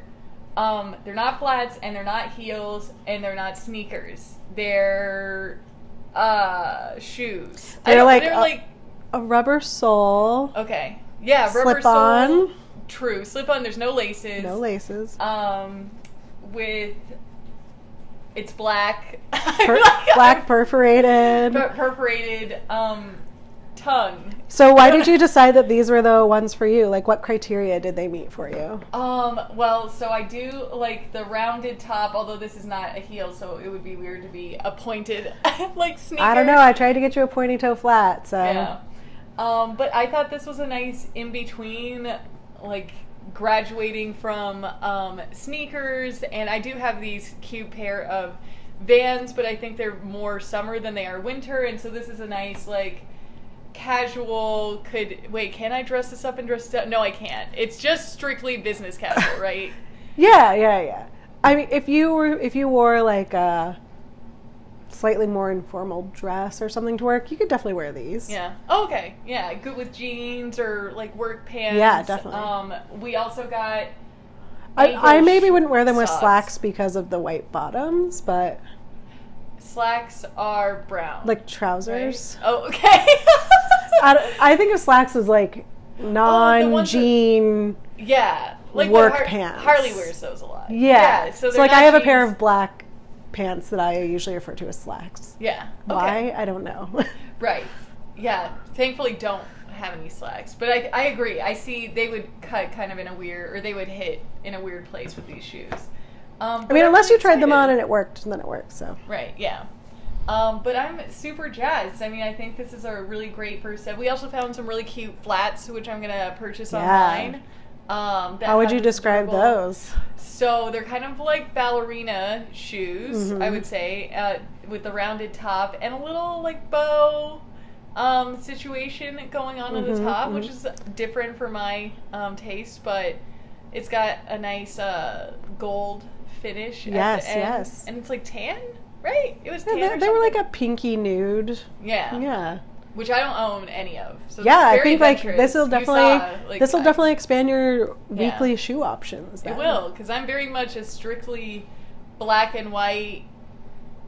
um, they're not flats and they're not heels and they're not sneakers. They're uh shoes. I They're don't- like uh, they're a- like A rubber sole, okay. Yeah, rubber slip sole. on, True. Slip on, there's no laces no laces. um, with it's black, Per- Like, black perforated. per- perforated um, tongue. so why did you decide that these were the ones for you? Like what criteria did they meet for you? Um, well, so I do like the rounded top, although this is not a heel, so it would be weird to be a pointed like sneaker. I don't know. I tried to get you a pointy toe flat, so yeah. Um, but I thought this was a nice in between, like graduating from um, sneakers, and I do have these cute pair of Vans, but I think they're more summer than they are winter, and so this is a nice like casual. Could wait? Can I dress this up and dress it up? No, I can't. It's just strictly business casual, right? Yeah, yeah, yeah. I mean, if you were if you wore like a slightly more informal dress or something to work, you could definitely wear these. Yeah. Oh, okay. Yeah. Good with jeans or like work pants. Yeah, definitely. Um, we also got. ankle I, I maybe sh- wouldn't wear them with socks. slacks because of the white bottoms, but Slacks are brown. like right? trousers. Oh, okay. I, don't- I think of slacks as like Oh, the non ones that- jean. yeah, like Work the Har- pants. Harley wears those a lot. yeah. so, So, they're like not I have a pair jeans. of black pants that I usually refer to as slacks. Yeah. Okay. Why? I don't know. Right. Yeah. Thankfully, don't have any slacks. But I, I agree. I see they would cut kind of in a weird, or they would hit in a weird place with these shoes. Um, I mean, unless you tried them on and it worked, then it worked. So Right, yeah. Um, but I'm super jazzed. I mean, I think this is a really great first step. We also found some really cute flats, which I'm going to purchase Yeah. online. Um, that how would have you describe adorable- those? So they're kind of like ballerina shoes, Mhm. I would say, uh, with the rounded top and a little like bow um, situation going on at the Mhm, top, which mhm. is different for my um, taste, but it's got a nice uh, gold finish. at the Yes, end. yes. And it's like tan, right? It was Yeah, tan. they, or they were like something. a pinky nude. yeah. Yeah. which I don't own any of. So it's yeah, I very think like adventurous. this will You definitely saw, like, this will I- definitely expand your Yeah. weekly shoe options. It then. will, because I'm very much a strictly black and white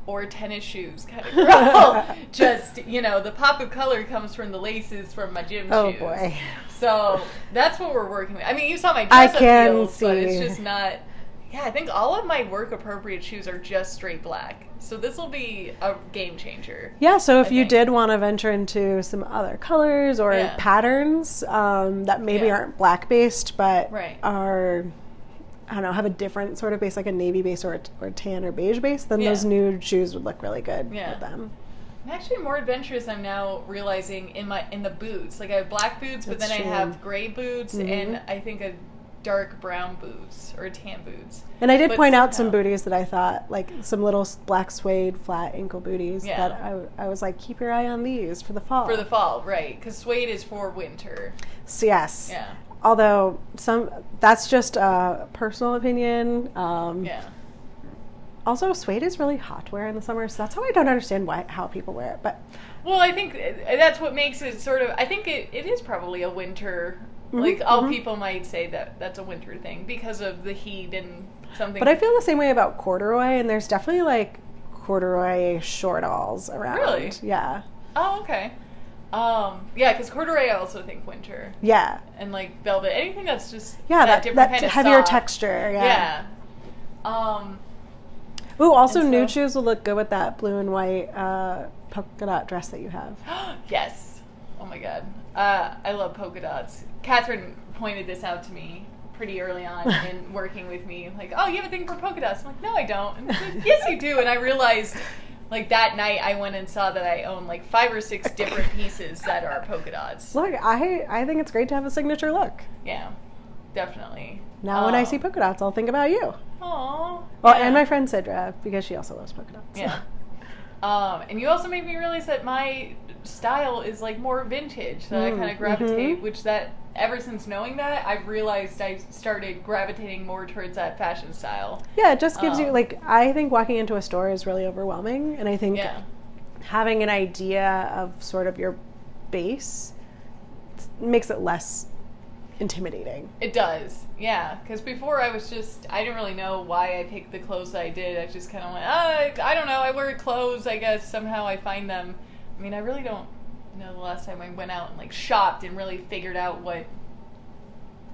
or tennis shoes kind of girl. Just you know, the pop of color comes from the laces from my gym Oh shoes. boy. So that's what we're working with. I mean, you saw my I dress up can heels, but it's see. just not. Yeah, I think all of my work appropriate shoes are just straight black. So this will be a game changer. Yeah, so if I you think. did want to venture into some other colors or Yeah. patterns um, that maybe Yeah. aren't black based but Right. are, I don't know, have a different sort of base, like a navy base or, a, or tan or beige base, then Yeah. those nude shoes would look really good Yeah. with them. I'm actually more adventurous. I'm now realizing in my in the boots. Like I have black boots, but That's then true. I have gray boots Mhm. and I think a dark brown boots or tan boots. And I did But point out some somehow- booties that I thought, like some little s- black suede flat ankle booties Yeah. that I, I was like, keep your eye on these for the fall. For the fall, right? Because suede is for winter. so, yes. Yeah, Although some, that's just a personal opinion. Um, yeah. Also, suede is really hot to wear in the summer, so that's how I don't understand why how people wear it. But Well, I think uh, that's what makes it sort of. I think it, it is probably a winter. Like all mhm. people might say that that's a winter thing because of the heat and something. but I feel the same way about corduroy, and there's definitely like corduroy short alls around. Really? Yeah. oh, okay. Um, yeah, because corduroy, I also think winter. Yeah. and like velvet, anything that's just Yeah, that, different that, kind of heavier soft. texture. Yeah. Yeah. Um, Ooh, also And so- nude shoes will look good with that blue and white uh, polka dot dress that you have. yes. Oh my god. Uh, I love polka dots. Catherine pointed this out to me pretty early on in working with me. Like, oh, you have a thing for polka dots? I'm like, no, I don't. And she's like, yes, you do. And I realized. Like that night, I went and saw that I own like five or six different pieces that are polka dots. Look, I I think it's great to have a signature look. Yeah, definitely. Now when I Um, see polka dots, I'll think about you. Aw. Well, Yeah. and my friend Sidra because she also loves polka dots. Yeah. Um, and you also made me realize that my style is like more vintage, that I Mm, kind of gravitate, mhm. which that ever since knowing that, I've realized I started gravitating more towards that fashion style. Yeah, it just gives you Um, like I think walking into a store is really overwhelming, and I think Yeah. having an idea of sort of your base makes it less intimidating. It does. Yeah. Because before I was just, I didn't really know why I picked the clothes that I did. I just kind of went, ah, I don't know. I wear clothes. I guess somehow I find them. I mean, I really don't know the last time I went out and like shopped and really figured out what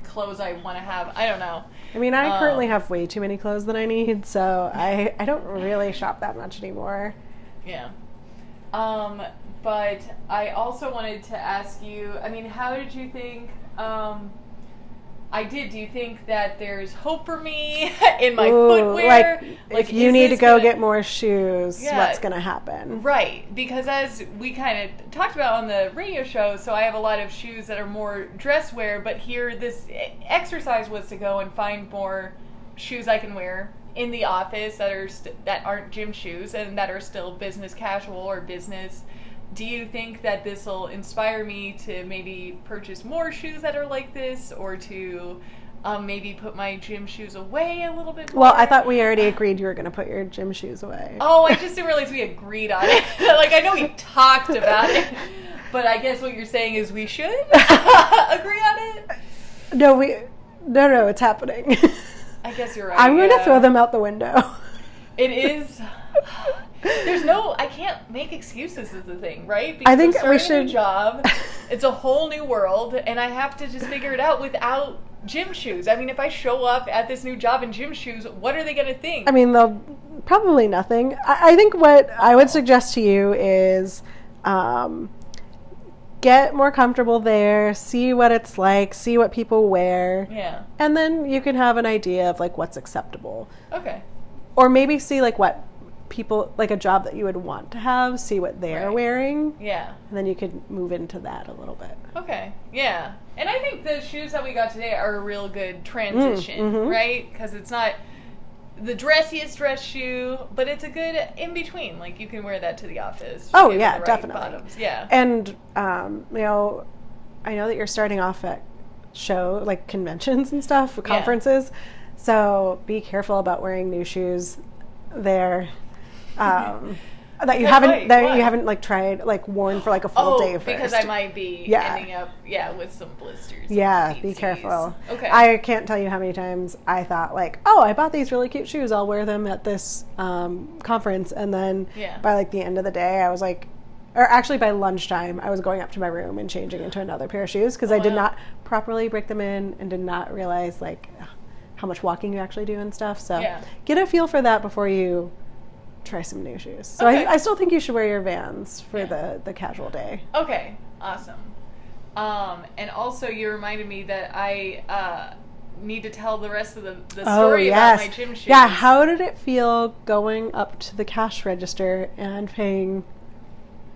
clothes I want to have. I don't know. I mean, I Oh. currently have way too many clothes that I need, so I I don't really shop that much anymore. Yeah. Um, but I also wanted to ask you, I mean, how did you think um I did. Do you think that there's hope for me in my Ooh, footwear? like, if you is need to this go gonna- get more shoes, Yeah. what's going to happen? Right, because as we kind of talked about on the radio show, so I have a lot of shoes that are more dress wear, but here this e- exercise was to go and find more shoes I can wear in the office that are st- that aren't gym shoes and that are still business casual or business. Do you think that this will inspire me to maybe purchase more shoes that are like this, or to um, maybe put my gym shoes away a little bit? More? Well, I thought we already agreed you were going to put your gym shoes away. Oh, I just didn't realize we agreed on it. like I know we talked about it, but I guess what you're saying is we should agree on it. No, we No, no, it's happening. I guess you're right. I'm going to yeah. throw them out the window. It is. There's no. I can't make excuses. Is the thing, right? Because I think I'm we starting a new should- job. It's a whole new world, and I have to just figure it out without gym shoes. I mean, if I show up at this new job in gym shoes, what are they gonna think? I mean, they'll probably nothing. I, I think what I would suggest to you is um, get more comfortable there, see what it's like, see what people wear, yeah. and then you can have an idea of like what's acceptable, Okay. or maybe see like what people like a job that you would want to have, see what they're Right. wearing, Yeah. and then you could move into that a little bit. Okay. Yeah. And I think the shoes that we got today are a real good transition, right? 'Cause mhm. right? Because it's not the dressiest dress shoe, but it's a good in between. Like you can wear that to the office. Oh, Give it yeah, the right definitely. Bottoms. Yeah. And um, you know, I know that you're starting off at show like conventions and stuff, conferences. So be careful about wearing new shoes there. Um, that you Good haven't point. that Why? you haven't like tried like worn for like a full Oh, day first. because I might be Yeah. ending up yeah with some blisters. and yeah, be beetsies. careful. Okay. I can't tell you how many times I thought like, oh, I bought these really cute shoes. I'll wear them at this um, conference, and then Yeah. by like the end of the day, I was like, or actually by lunchtime, I was going up to my room and changing into another pair of shoes because I did Oh, wow. not properly break them in and did not realize like how much walking you actually do and stuff. So Yeah. get a feel for that before you try some new shoes. So Okay. I, I still think you should wear your Vans for Yeah. the the casual day. Okay, awesome. Um, and also, you reminded me that I uh, need to tell the rest of the, the story about my gym shoes. Oh, Yeah, how did it feel going up to the cash register and paying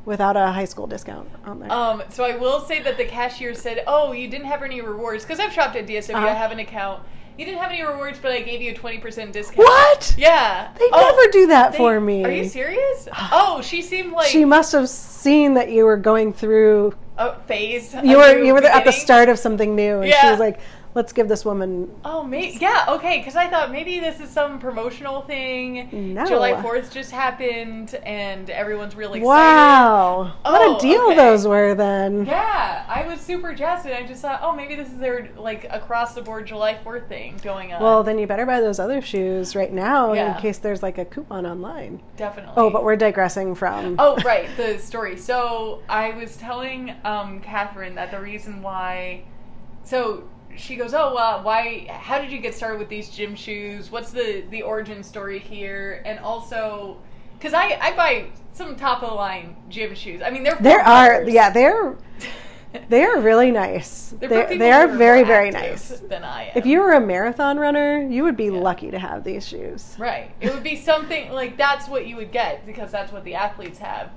without a high school discount on there? Um, so I will say that the cashier said, "Oh, you didn't have any rewards because I've shopped at DSW. I Uh-huh. have an account. You didn't have any rewards, but I gave you a twenty percent discount." what? Yeah, They Oh, never do that they- for me. Are you serious? Oh, she seemed like she must have seen that you were going through. a phase. a You were new you were at the beginning. start of something new, and she Yeah. was like, "Let's give this woman." Oh, maybe yeah, okay. Because I thought maybe this is some promotional thing. No. July Fourth just happened, and everyone's really excited. Wow, Oh, what a deal okay. those were then. Yeah, I was super jazzed, and I just thought, oh, maybe this is their like across the board July Fourth thing going on. Well, then you better buy those other shoes right now Yeah. in case there's like a coupon online. definitely. Oh, but we're digressing from. Oh, right, the story. So I was telling um, Catherine that the reason why. So she goes, "Oh, well, why? How did you get started with these gym shoes? What's the the origin story here?" And also, because I I buy some top of the line gym shoes. I mean, they're There are, $4. yeah, they're they are really nice. They're They're for they, people they who are very more very active nice. than I am. If you were a marathon runner, you would be lucky to have these shoes. Right. It would be something like that's what you would get because that's what the athletes have.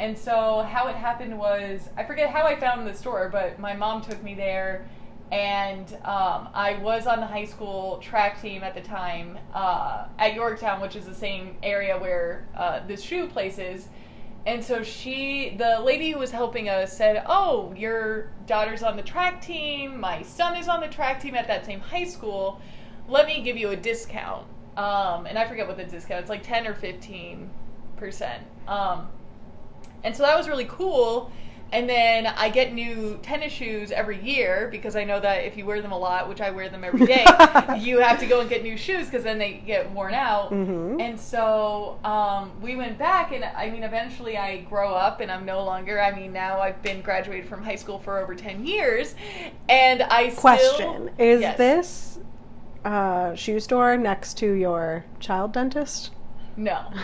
And so how it happened was I forget how I found the store, but my mom took me there, and um, I was on the high school track team at the time uh, at Yorktown, which is the same area where uh, this shoe place is. And so she, the lady who was helping us, said, "Oh, your daughter's on the track team. My son is on the track team at that same high school. Let me give you a discount." Um, and I forget what the discount. It's like ten or fifteen percent. Um, and so that was really cool. And then I get new tennis shoes every year because I know that if you wear them a lot, which I wear them every day, you have to go and get new shoes because then they get worn out. Mhm. And so um, we went back, and I mean, eventually I grow up and I'm no longer, I mean, now I've been graduated from high school for over 10 years. And I still. Question: Is Yes. this uh, shoe store next to your child dentist? No.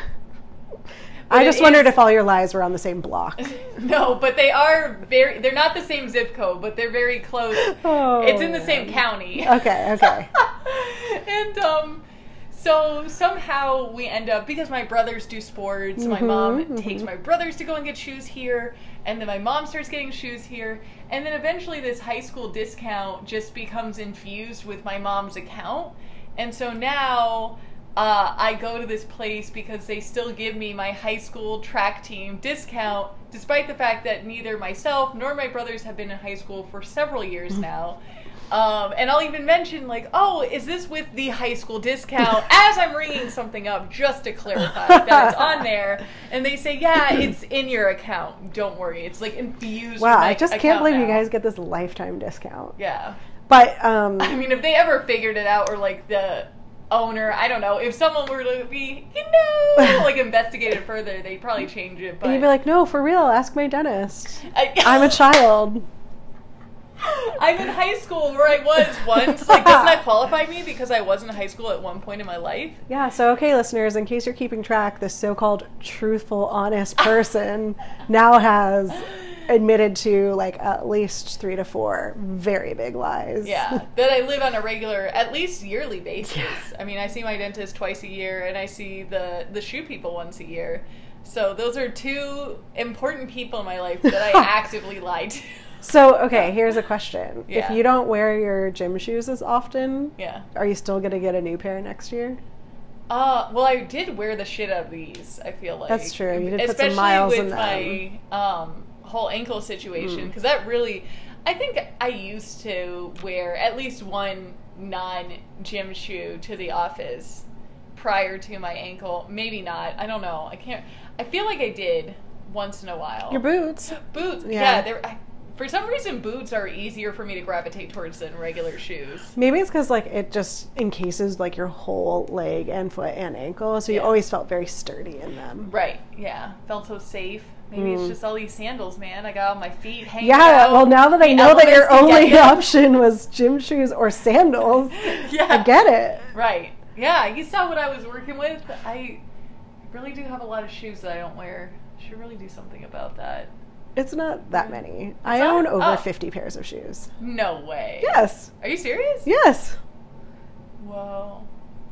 I it just wondered is- if all your lies were on the same block. No, but they are very, they're not the same zip code, but they're very close. Oh, it's in the same man. county. Oh. Okay, okay. and um so somehow we end up because my brothers do sports my mom Mhm, takes my brothers to go and get shoes here and then my mom starts getting shoes here and then eventually this high school discount just becomes infused with my mom's account and so now uh, I go to this place because they still give me my high school track team discount, despite the fact that neither myself nor my brothers have been in high school for several years now. Um, and I'll even mention, like, oh, is this with the high school discount? As I'm ringing something up, just to clarify that it's on there. And they say, yeah, it's in your account. Don't worry. It's like infused. Wow, with my I just can't account believe you now." guys get this lifetime discount. Yeah. But um, I mean, if they ever figured it out, or like the owner, I don't know. If someone were to be, you know, like investigated further, they'd probably change it. But you'd be like, no, for real, ask my dentist. I, I'm a child. I'm in high school where I was once. Like, doesn't that qualify me because I was in high school at one point in my life? Yeah, so okay, listeners, in case you're keeping track, this so called truthful, honest person now has admitted to like at least three to four very big lies. Yeah, that I live on a regular, at least yearly basis. I mean, I see my dentist twice a year, and I see the the shoe people once a year. So those are two important people in my life that I actively lied to. So, okay, here's a question. Yeah. If you don't wear your gym shoes as often, Yeah. are you still going to get a new pair next year? Uh, well, I did wear the shit out of these. I feel like That's true. You did put some Especially miles with in them. Mm. my um, whole ankle situation because that really, I think I used to wear at least one non gym shoe to the office, prior to my ankle. Maybe not. I don't know. I can't. I feel like I did once in a while. Your boots. boots. Yeah. Yeah. they're, I, for some reason, boots are easier for me to gravitate towards than regular shoes. Maybe it's because like it just encases like your whole leg and foot and ankle, so you Yeah. always felt very sturdy in them. Right. Yeah. Felt so safe. Maybe it's just all these sandals, man. I got all my feet hanging. Hmm. Yeah, out. well, now that I The know that your elements to only get option was gym shoes or sandals, in. yeah. I get it. Right. Yeah, you saw what I was working with. I really do have a lot of shoes that I don't wear. Should really do something about that. It's not that many. I not? own over Oh. 50 pairs of shoes. No way. Yes, Are you serious? yes. Whoa.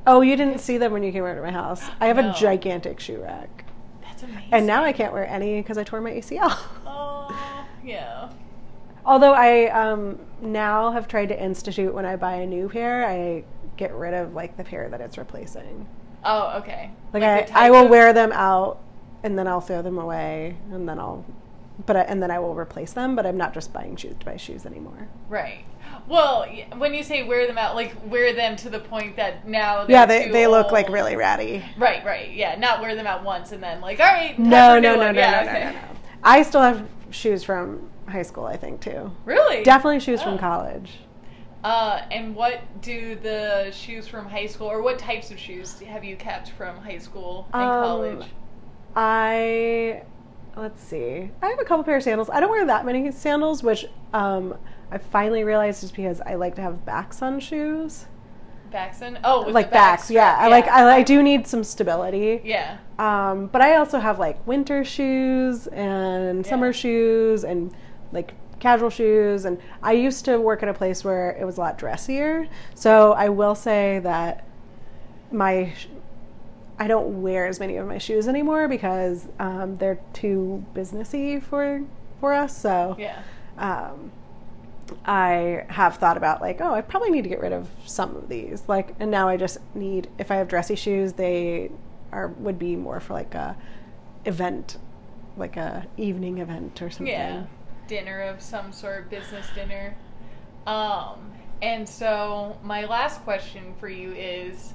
Oh, you didn't see them when you came over to my house. I have No. a gigantic shoe rack. That's amazing. And now I can't wear any because I tore my ACL. Oh, yeah. Although I um, now have tried to institute when I buy a new pair, I get rid of like the pair that it's replacing. Oh, okay. Like, Like the I, I type will of- wear them out and then I'll throw them away and then I'll but I, and then I will replace them, but I'm not just buying shoes to buy shoes anymore. Right. Well, y- when you say wear them out, like wear them to the point that now yeah, they're they, too they look like old. really ratty. Right, right. Yeah, not wear them out once and then like, all right. time for No, a no, new no, no, one. yeah, no, okay. no, no, no. I still have shoes from high school, I think too. Really? Definitely shoes Oh. from college. Uh, and what do the shoes from high school, or what types of shoes have you kept from high school and Um, college? I let's see. I have a couple pair of sandals. I don't wear that many sandals, which um, I finally realized is because I like to have backs on shoes, Baxen? Oh, with like the back backs. Yeah, strap. I like. I, I do need some stability. Yeah. Um, but I also have like winter shoes and Yeah. summer shoes and like casual shoes. And I used to work at a place where it was a lot dressier. So I will say that my sh- I don't wear as many of my shoes anymore because um, they're too businessy for for us. So Yeah. um, I have thought about like, oh, I probably need to get rid of some of these. Like, and now I just need if I have dressy shoes, they are would be more for like a event, like a evening event or something. Yeah. Dinner of some sort, business dinner. Um, and so my last question for you is.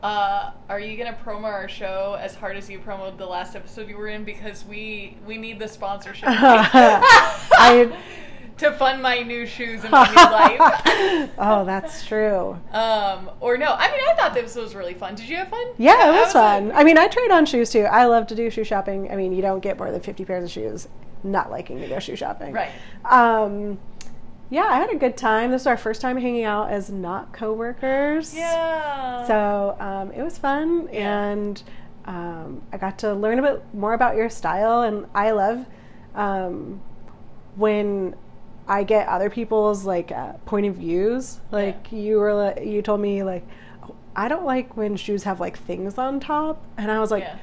Uh, are you gonna promo our show as hard as you promoted the last episode you were in? Because we we need the sponsorship I- to fund my new shoes and my new life. oh, that's true. Um, or no, I mean, I thought this was really fun. Did you have fun? Yeah, it I was fun. I mean, I tried on shoes too. I love to do shoe shopping. I mean, you don't get more than 50 pairs of shoes not liking to go shoe shopping. Right. Um, yeah, I had a good time. This is our first time hanging out as not coworkers. Yeah. So um, it was fun, Yeah. and um, I got to learn a bit more about your style. And I love um, when I get other people's like uh, point of views. Like you were, like, you told me like, "Oh, I don't like when shoes have like things on top, and I was like. Yeah.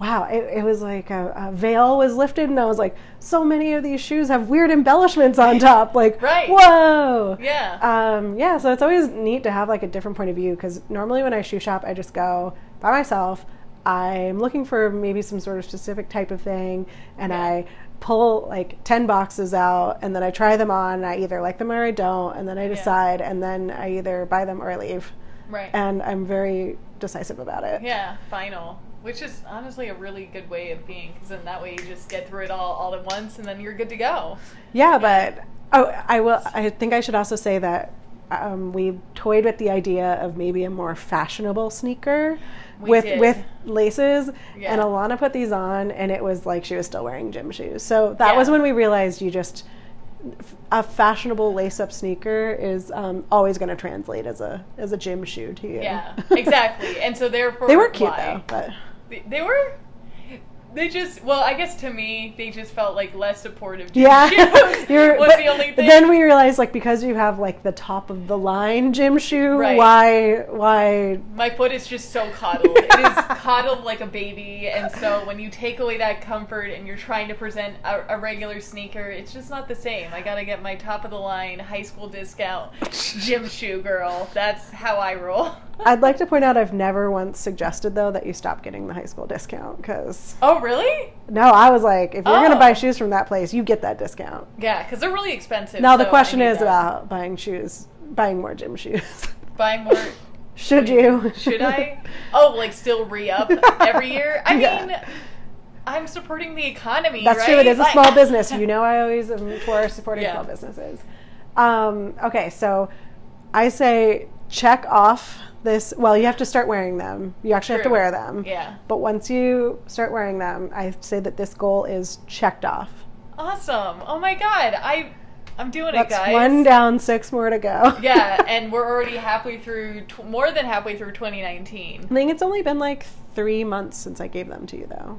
Wow, it, it was like a, a veil was lifted, and I was like, so many of these shoes have weird embellishments on top. Like, Right. whoa. Yeah. Um, yeah, so it's always neat to have like a different point of view because normally when I shoe shop, I just go by myself. I'm looking for maybe some sort of specific type of thing, and Yeah. I pull like 10 boxes out and then I try them on. And I either like them or I don't, and then I decide, and then I either buy them or I leave. right. And I'm very decisive about it. yeah. Final. Which is honestly a really good way of being, because then that way you just get through it all all at once, and then you're good to go. Yeah, but oh, I will. I think I should also say that um, we toyed with the idea of maybe a more fashionable sneaker We with did. with laces. Yeah. And Alana put these on, and it was like she was still wearing gym shoes. So that Yeah. was when we realized you just a fashionable lace up sneaker is um, always going to translate as a as a gym shoe to you. Yeah. exactly. And so therefore, they were cute why? though, but They, they were. They just well, I guess to me, they just felt like less supportive. gym Yeah, shoes You're- was but the only thing. Then we realized, like, because you have like the top of the line gym shoe, Right. why, why? My foot is just so coddled. It is coddled like a baby, and so when you take away that comfort and you're trying to present a, a regular sneaker, it's just not the same. I gotta get my top of the line high school discount gym shoe girl. That's how I roll. I'd like to point out, I've never once suggested though that you stop getting the high school discount because Oh, really? no, I was like, if you're going Oh. to buy shoes from that place, you get that discount. Yeah, because they're really expensive. Now the so I question need is that. uh, about buying shoes, buying more gym shoes. buying more Should you? Should I? Oh, like still re up every year? I Yeah. mean, I'm supporting the economy. That's right? true. It is a Like- small business. You know, I always am for supporting Yeah. small businesses. Um, okay, so I say check off this. Well, you have to start wearing them. You actually have to True. wear them. Yeah. But once you start wearing them, I say that this goal is checked off. Awesome. Oh my god. I I'm doing That's it, guys. one down, six more to go. yeah, and we're already halfway through tw- more than halfway through 2019. I think it's only been like three months since I gave them to you, though.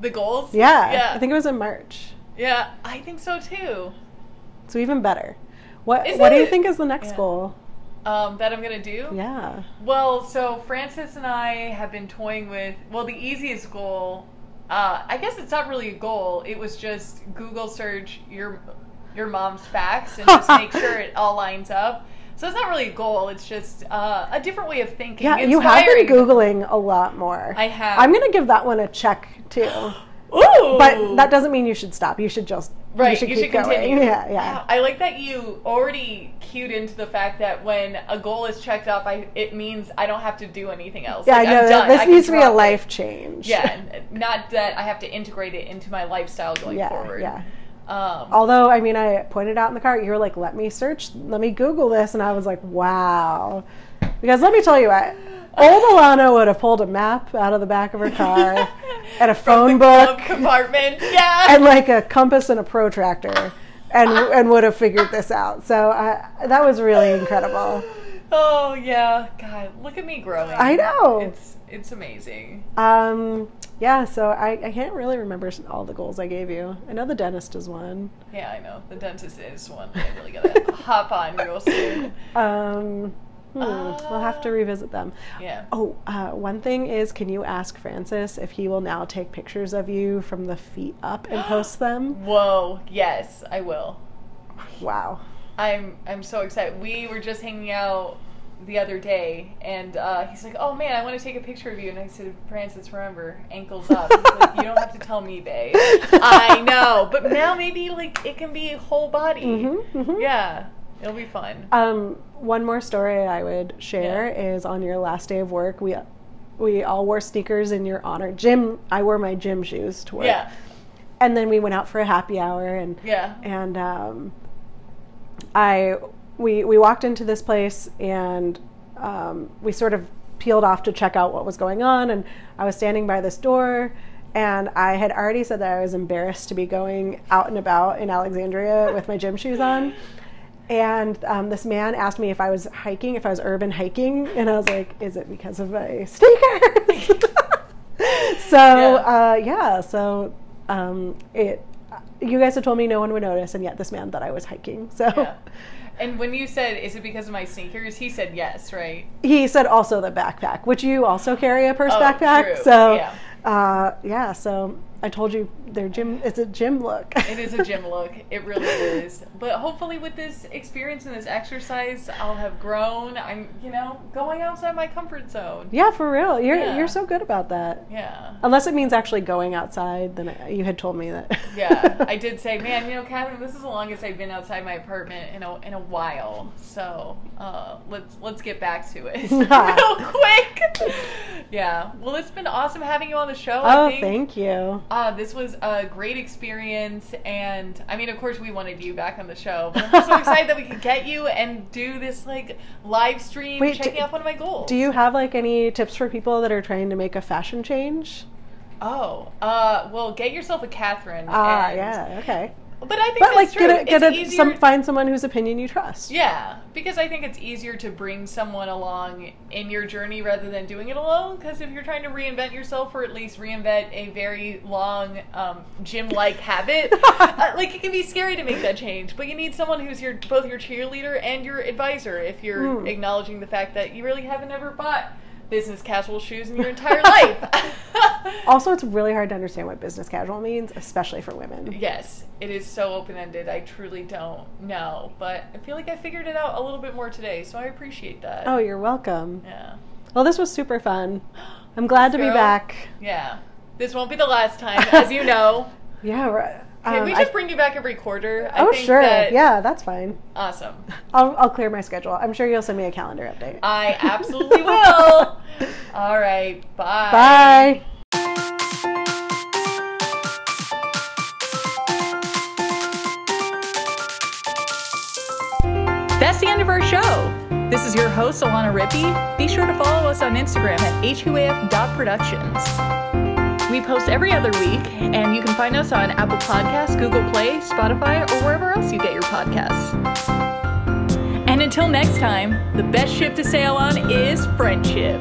The goals? Yeah. Yeah. I think it was in March. Yeah, I think so too. So even better. What Is What do you it? think is the next Yeah. goal? Um, that I'm gonna do. Yeah. Well, so Francis and I have been toying with well, the easiest goal. Uh, I guess it's not really a goal. It was just Google search your your mom's facts and just make sure it all lines up. So it's not really a goal. It's just uh, a different way of thinking. Yeah, you have been Inspiring. googling a lot more. I have. I'm gonna give that one a check too, Ooh, but that doesn't mean you should stop. You should just Right, You should keep going. Yeah, Wow, yeah. I like that you already cued into the fact that when a goal is checked off, I it means I don't have to do anything else. Yeah, Like, I I'm know done. I this can needs to be a drop it. life change. Yeah, and not that I have to integrate it into my lifestyle going yeah, forward. yeah. Um, Although, I mean, I pointed out in the car, you were like, "Let me search, let me Google this," and I was like, "Wow," because let me tell you what, old Alana would have pulled a map out of the back of her car and a phone book glove compartment. Yeah. and like a compass and a protractor and and would have figured this out. So I, that was really incredible. oh yeah. God, look at me growing. I know. It's it's amazing. Um, yeah, so I, I can't really remember s- all the goals I gave you. I know the dentist is one. Yeah, I know. The dentist is one I really gotta hop on real soon. Um, hmm, we'll have to revisit them. Yeah. Oh, uh, one thing is, can you ask Francis if he will now take pictures of you from the feet up and post them? Whoa. Yes, I will. Wow. I'm I'm so excited. We were just hanging out the other day, and uh, he's like, "Oh man, I want to take a picture of you." And I said, "Francis, remember, ankles up." He's like, "You don't have to tell me, babe." I know, but now maybe like it can be whole body. Mm-hmm, mhm. Yeah, it'll be fun. Um, one more story I would share is on your last day of work, we we all wore sneakers in your honor. Gym, I wore my gym shoes to work. Yeah, And then we went out for a happy hour and yeah. and um, I we we walked into this place and um, we sort of peeled off to check out what was going on and I was standing by this door and I had already said that I was embarrassed to be going out and about in Alexandria with my gym shoes on. And um, this man asked me if I was hiking, if I was urban hiking, and I was like, "Is it because of my sneakers?" so Yeah. uh, yeah, so um, it. You guys had told me no one would notice, and yet this man thought I was hiking. So Yeah. And when you said, "Is it because of my sneakers?" He said, "Yes." Right. he said also the backpack, which you also carry a purse Oh, backpack. true. So Yeah. Uh, yeah, so I told you their gym. It's a gym look. It is a gym look. It really is. But hopefully, with this experience and this exercise, I'll have grown. I'm, you know, going outside my comfort zone. yeah, for real. You're Yeah. you're so good about that. Yeah. Unless it means actually going outside, then I- you had told me that. Yeah. I did say, man, you know, Catherine, this is the longest I've been outside my apartment in a in a while. So uh, let's let's get back to it real quick. Yeah. Well, it's been awesome having you on the show. I Oh, think. thank you. Uh, this was a great experience, and I mean, of course, we wanted you back on the show, but I'm so excited that we could get you and do this like live stream Wait, checking do- off one of my goals. Do you have like any tips for people that are trying to make a fashion change? Oh, uh, well, get yourself a Catherine. Ah, and- yeah, okay. But I think But that's like, true. get a, get it's a, easier. some find someone whose opinion you trust. yeah, because I think it's easier to bring someone along in your journey rather than doing it alone. Because if you're trying to reinvent yourself, or at least reinvent a very long um, gym-like habit, uh, like it can be scary to make that change. But you need someone who's your both your cheerleader and your advisor if you're Hmm. acknowledging the fact that you really haven't ever bought business casual shoes in your entire life. Also, it's really hard to understand what business casual means, especially for women. Yes, it is so open ended. I truly don't know, but I feel like I figured it out a little bit more today, so I appreciate that. Oh, you're welcome. yeah, Well, this was super fun. I'm glad to be Girl. back. yeah. This won't be the last time, as you know. Yeah, right. Can Um, we I- just bring you back every quarter? I oh, think sure. that- Yeah, that's fine. Awesome. I'll, I'll clear my schedule. I'm sure you'll send me a calendar update. I absolutely will. All right. Bye. Bye. That's the end of our show. This is your host, Alana Rippey. Be sure to follow us on Instagram at huaf.productions. We post every other week, and you can find us on Apple Podcasts, Google Play, Spotify, or wherever else you get your podcasts. And until next time, the best ship to sail on is friendship.